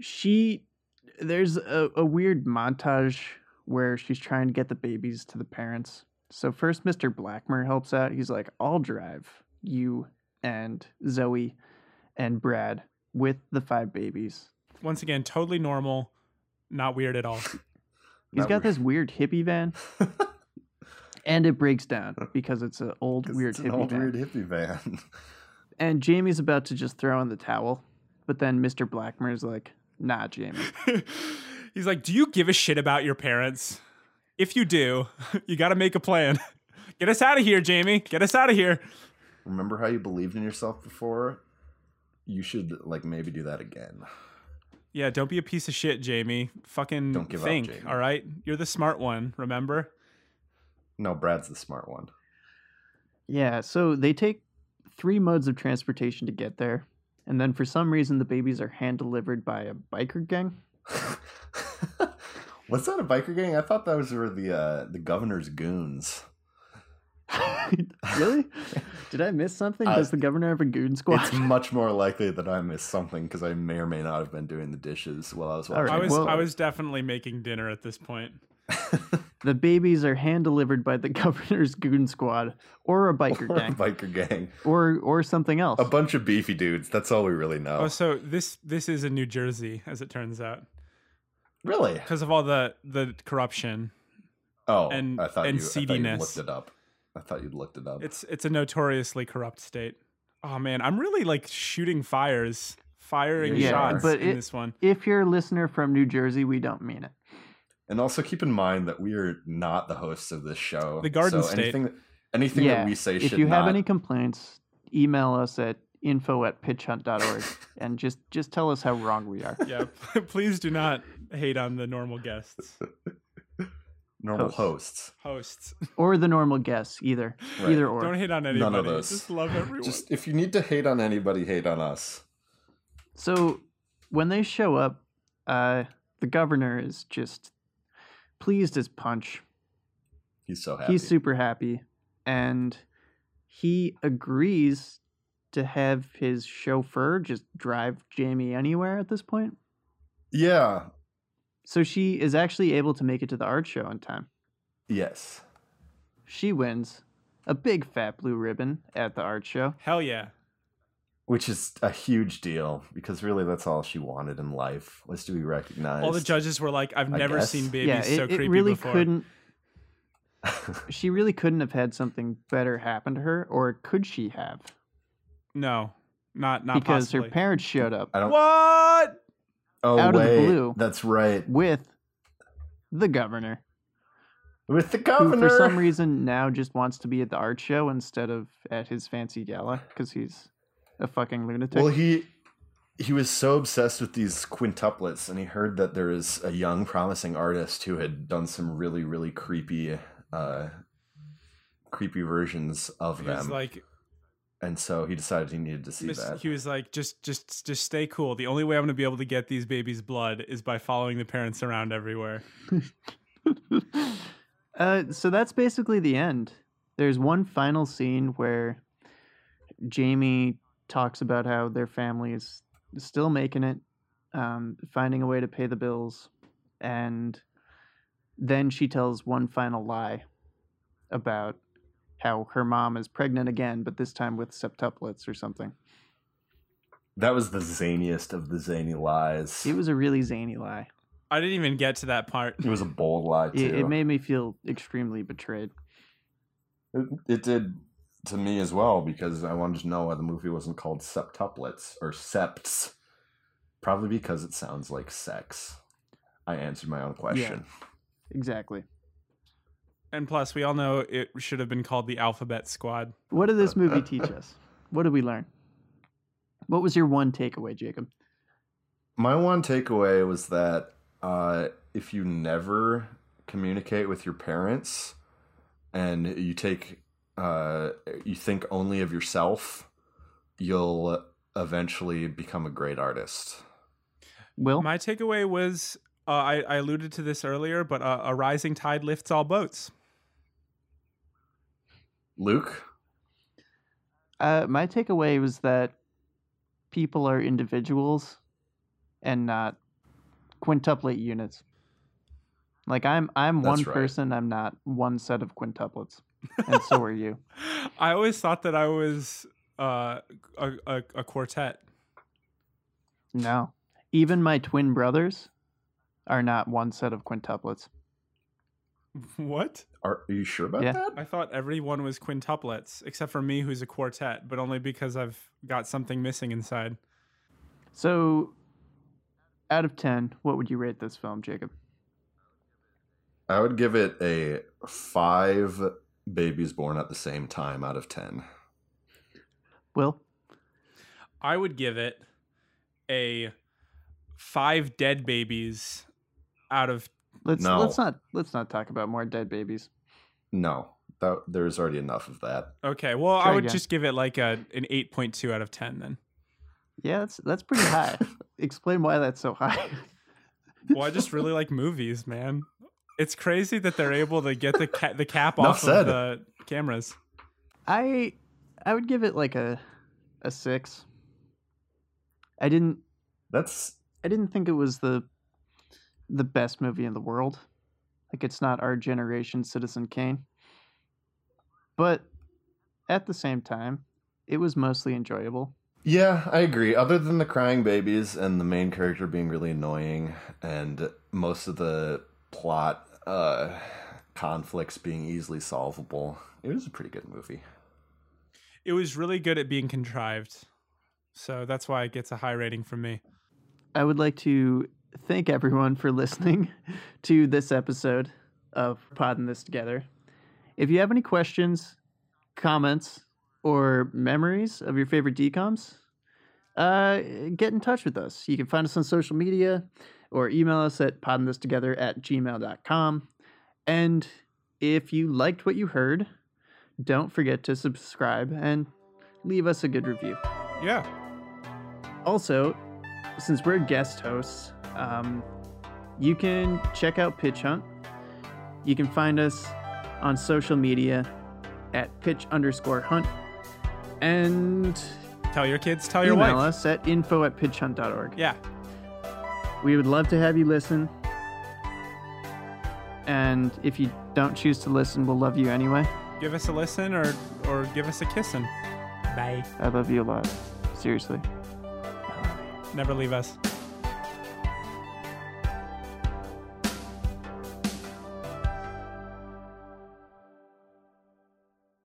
Speaker 2: She, there's a, a weird montage where she's trying to get the babies to the parents. So first, Mr. Blackmer helps out. He's like, "I'll drive you and Zoe and Brad with the five babies."
Speaker 4: Once again, totally normal, not weird at all.
Speaker 2: He's
Speaker 3: Not
Speaker 2: got
Speaker 3: weird.
Speaker 2: this weird hippie
Speaker 3: [LAUGHS]
Speaker 2: van, and it breaks down because it's an old
Speaker 3: 'Cause
Speaker 2: weird
Speaker 3: Oh, [LAUGHS] it's
Speaker 2: hippie
Speaker 3: an old
Speaker 2: van.
Speaker 3: weird hippie van.
Speaker 2: And Jamie's about to just throw in the towel, but then Mr. Blackmer's like, "Nah, Jamie,
Speaker 4: [LAUGHS] He's like, Do you give a shit about your parents? If you do, [LAUGHS] you got to make a plan. [LAUGHS] Get us out of here, Jamie. Get us out of here.
Speaker 3: [LAUGHS] Remember how you believed in yourself before? You should like maybe do that again.
Speaker 4: Yeah, don't be a piece of shit, Jamie. Fucking
Speaker 3: Don't give up,
Speaker 4: think,
Speaker 3: Jamie.
Speaker 4: all right? You're the smart one, remember?
Speaker 3: No, Brad's the smart one. [LAUGHS]
Speaker 2: yeah." So they take three modes of transportation to get there, and then for some reason the babies are hand delivered by a biker gang. [LAUGHS]
Speaker 3: Was that a biker gang? I thought those were the uh, the governor's goons. [LAUGHS]
Speaker 2: really? Did I miss something?
Speaker 3: Uh,
Speaker 2: Does the governor have a goon squad?
Speaker 3: It's much more likely that I missed something because I may or may not have been doing the dishes while I was
Speaker 2: All
Speaker 3: watching.
Speaker 2: right,
Speaker 4: I
Speaker 3: [LAUGHS]
Speaker 4: was
Speaker 2: well-
Speaker 4: I was definitely making dinner at this point.
Speaker 2: The babies are hand delivered by the [LAUGHS] governor's goon squad or a biker
Speaker 3: Or a
Speaker 2: gang
Speaker 3: biker gang,
Speaker 2: or or something else.
Speaker 3: a bunch of beefy dudes. That's all we really know.
Speaker 4: Oh, so this this is in New Jersey, as it turns out,
Speaker 3: really?
Speaker 4: because of all the the corruption.
Speaker 3: Oh,
Speaker 4: and-
Speaker 3: I thought
Speaker 4: and
Speaker 3: you, I
Speaker 4: seediness.
Speaker 3: thought you looked it up. I thought you'd looked it up.
Speaker 4: It's it's a notoriously corrupt state. Oh man, I'm really like shooting fires, firing
Speaker 3: Yeah,
Speaker 4: shots
Speaker 2: but
Speaker 4: in
Speaker 2: it-
Speaker 4: this one.
Speaker 2: if you're a listener from New Jersey, we don't mean it.
Speaker 3: And also keep in mind that we are not the hosts of this show.
Speaker 4: The Garden
Speaker 3: so
Speaker 4: State.
Speaker 3: Anything, anything
Speaker 2: yeah.
Speaker 3: that we say
Speaker 2: if
Speaker 3: should
Speaker 2: you
Speaker 3: not.
Speaker 2: have any complaints, email us at info at
Speaker 3: [LAUGHS]
Speaker 2: pitchhunt.org and just just tell us how wrong we are.
Speaker 4: Yeah, [LAUGHS] please do not hate on the normal guests,
Speaker 3: normal hosts.
Speaker 2: hosts.
Speaker 4: hosts.
Speaker 2: Or the normal guests, either.
Speaker 4: [LAUGHS]
Speaker 3: Right.
Speaker 2: Either or.
Speaker 4: Don't hate on anybody.
Speaker 3: None of us.
Speaker 4: Just
Speaker 3: [LAUGHS]
Speaker 4: love everyone.
Speaker 3: Just if you need to hate on anybody, hate on us.
Speaker 2: So when they show up, uh, the governor is just pleased as punch.
Speaker 3: He's so happy.
Speaker 2: He's super happy. And he agrees to have his chauffeur just drive Jamie anywhere at this point.
Speaker 3: yeah.
Speaker 2: So she is actually able to make it to the art show in time.
Speaker 3: Yes.
Speaker 2: She wins a big fat blue ribbon at the art show.
Speaker 4: Hell yeah.
Speaker 3: Which is a huge deal because really that's all she wanted in life was to be recognized.
Speaker 4: All the judges were like, "I've
Speaker 3: I
Speaker 4: never
Speaker 3: guess.
Speaker 4: seen babies
Speaker 2: yeah, it,
Speaker 4: so
Speaker 2: it
Speaker 4: creepy
Speaker 2: really
Speaker 4: before." [LAUGHS]
Speaker 2: couldn't. she really couldn't have had something better happen to her, or could she have?
Speaker 4: No, not not
Speaker 2: because
Speaker 4: possibly.
Speaker 2: her parents showed up
Speaker 3: I don't.
Speaker 4: What?
Speaker 3: oh
Speaker 2: out of the
Speaker 3: wait,
Speaker 2: blue.
Speaker 3: that's right.
Speaker 2: with the governor,
Speaker 3: With the
Speaker 2: who
Speaker 3: governor.
Speaker 2: for some reason now just wants to be at the art show instead of at his fancy gala because he's a fucking lunatic.
Speaker 3: Well, he he was so obsessed with these quintuplets, and he heard that there is a young, promising artist who had done some really, really creepy, uh, creepy versions of
Speaker 4: He
Speaker 3: them,
Speaker 4: was like,
Speaker 3: and so he decided he needed to see
Speaker 4: mis-
Speaker 3: that.
Speaker 4: he was like, just just just stay cool. The only way I'm gonna be able to get these babies' blood is by following the parents around everywhere.
Speaker 2: [LAUGHS] uh, so that's basically the end. There's one final scene where Jamie talks about how their family is still making it, um, finding a way to pay the bills, and then she tells one final lie about how her mom is pregnant again, but this time with septuplets or something.
Speaker 3: that was the zaniest of the zany lies.
Speaker 2: It was a really zany lie.
Speaker 4: I didn't even get to that part.
Speaker 3: It was a bold lie too.
Speaker 2: It, it made me feel extremely betrayed.
Speaker 3: It, it did to me as well because I wanted to know why the movie wasn't called Septuplets or Septs. Probably because it sounds like sex. I answered my own question.
Speaker 2: Exactly.
Speaker 4: And plus, we all know it should have been called the Alphabet Squad.
Speaker 2: What did this movie teach us? What did we learn? What was your one takeaway, Jacob?
Speaker 3: My one takeaway was that uh, if you never communicate with your parents and you take uh, you think only of yourself, you'll eventually become a great artist.
Speaker 2: Will,
Speaker 4: My takeaway was uh, I, I alluded to this earlier, but uh, a rising tide lifts all boats.
Speaker 3: Luke,
Speaker 2: uh, my takeaway was that people are individuals and not quintuplet units. Like I'm, I'm
Speaker 3: That's
Speaker 2: one
Speaker 3: right.
Speaker 2: person. I'm not one set of quintuplets, and so are [LAUGHS] you.
Speaker 4: I always thought that I was uh, a, a, a quartet.
Speaker 2: No, even my twin brothers are not one set of quintuplets.
Speaker 4: What?
Speaker 3: are, are you sure about
Speaker 2: Yeah.
Speaker 3: that?
Speaker 4: I thought everyone was quintuplets except for me, who's a quartet, but only because I've got something missing inside.
Speaker 2: So, out of ten, what would you rate this film, Jacob?
Speaker 3: I would give it a five babies born at the same time out of ten.
Speaker 2: Will,
Speaker 4: I would give it a five dead babies out of
Speaker 2: let's
Speaker 3: No.
Speaker 2: let's not let's not talk about more dead babies.
Speaker 3: No, that there's already enough of that.
Speaker 4: okay. Well, I
Speaker 2: Try
Speaker 4: would
Speaker 2: again.
Speaker 4: just give it like a an eight point two out of ten then.
Speaker 2: Yeah, that's that's pretty high. Explain why that's so high.
Speaker 4: Well, I just really like movies, man. It's crazy that they're able to get the ca- the cap
Speaker 3: Enough
Speaker 4: off of
Speaker 3: said.
Speaker 4: the cameras.
Speaker 2: I I would give it like a a six. I didn't
Speaker 3: That's
Speaker 2: I didn't think it was the the best movie in the world. Like it's not our generation Citizen Kane. But at the same time, it was mostly enjoyable.
Speaker 3: Yeah, I agree. Other than the crying babies and the main character being really annoying and most of the plot uh conflicts being easily solvable, it was a pretty good movie.
Speaker 4: It was really good at being contrived, so that's why it gets a high rating from me.
Speaker 2: I would like to thank everyone for listening [LAUGHS] to this episode of Podding This Together. If you have any questions, comments, or memories of your favorite DComs, uh, get in touch with us. You can find us on social media or email us at poddingthistogether at gmail.com. And if you liked what you heard, don't forget to subscribe and leave us a good review
Speaker 4: Yeah.
Speaker 2: also, since we're guest hosts, um, you can check out Pitch Hunt. You can find us on social media at pitch underscore hunt and
Speaker 4: Tell your kids. Tell your
Speaker 2: email
Speaker 4: wife.
Speaker 2: us at info at pitchhunt.org.
Speaker 4: Oh, Yeah.
Speaker 2: We would love to have you listen. And if you don't choose to listen, we'll love you anyway.
Speaker 4: Give us a listen or or give us a kissin'. Bye.
Speaker 2: I love you a lot. Seriously.
Speaker 4: Never leave us.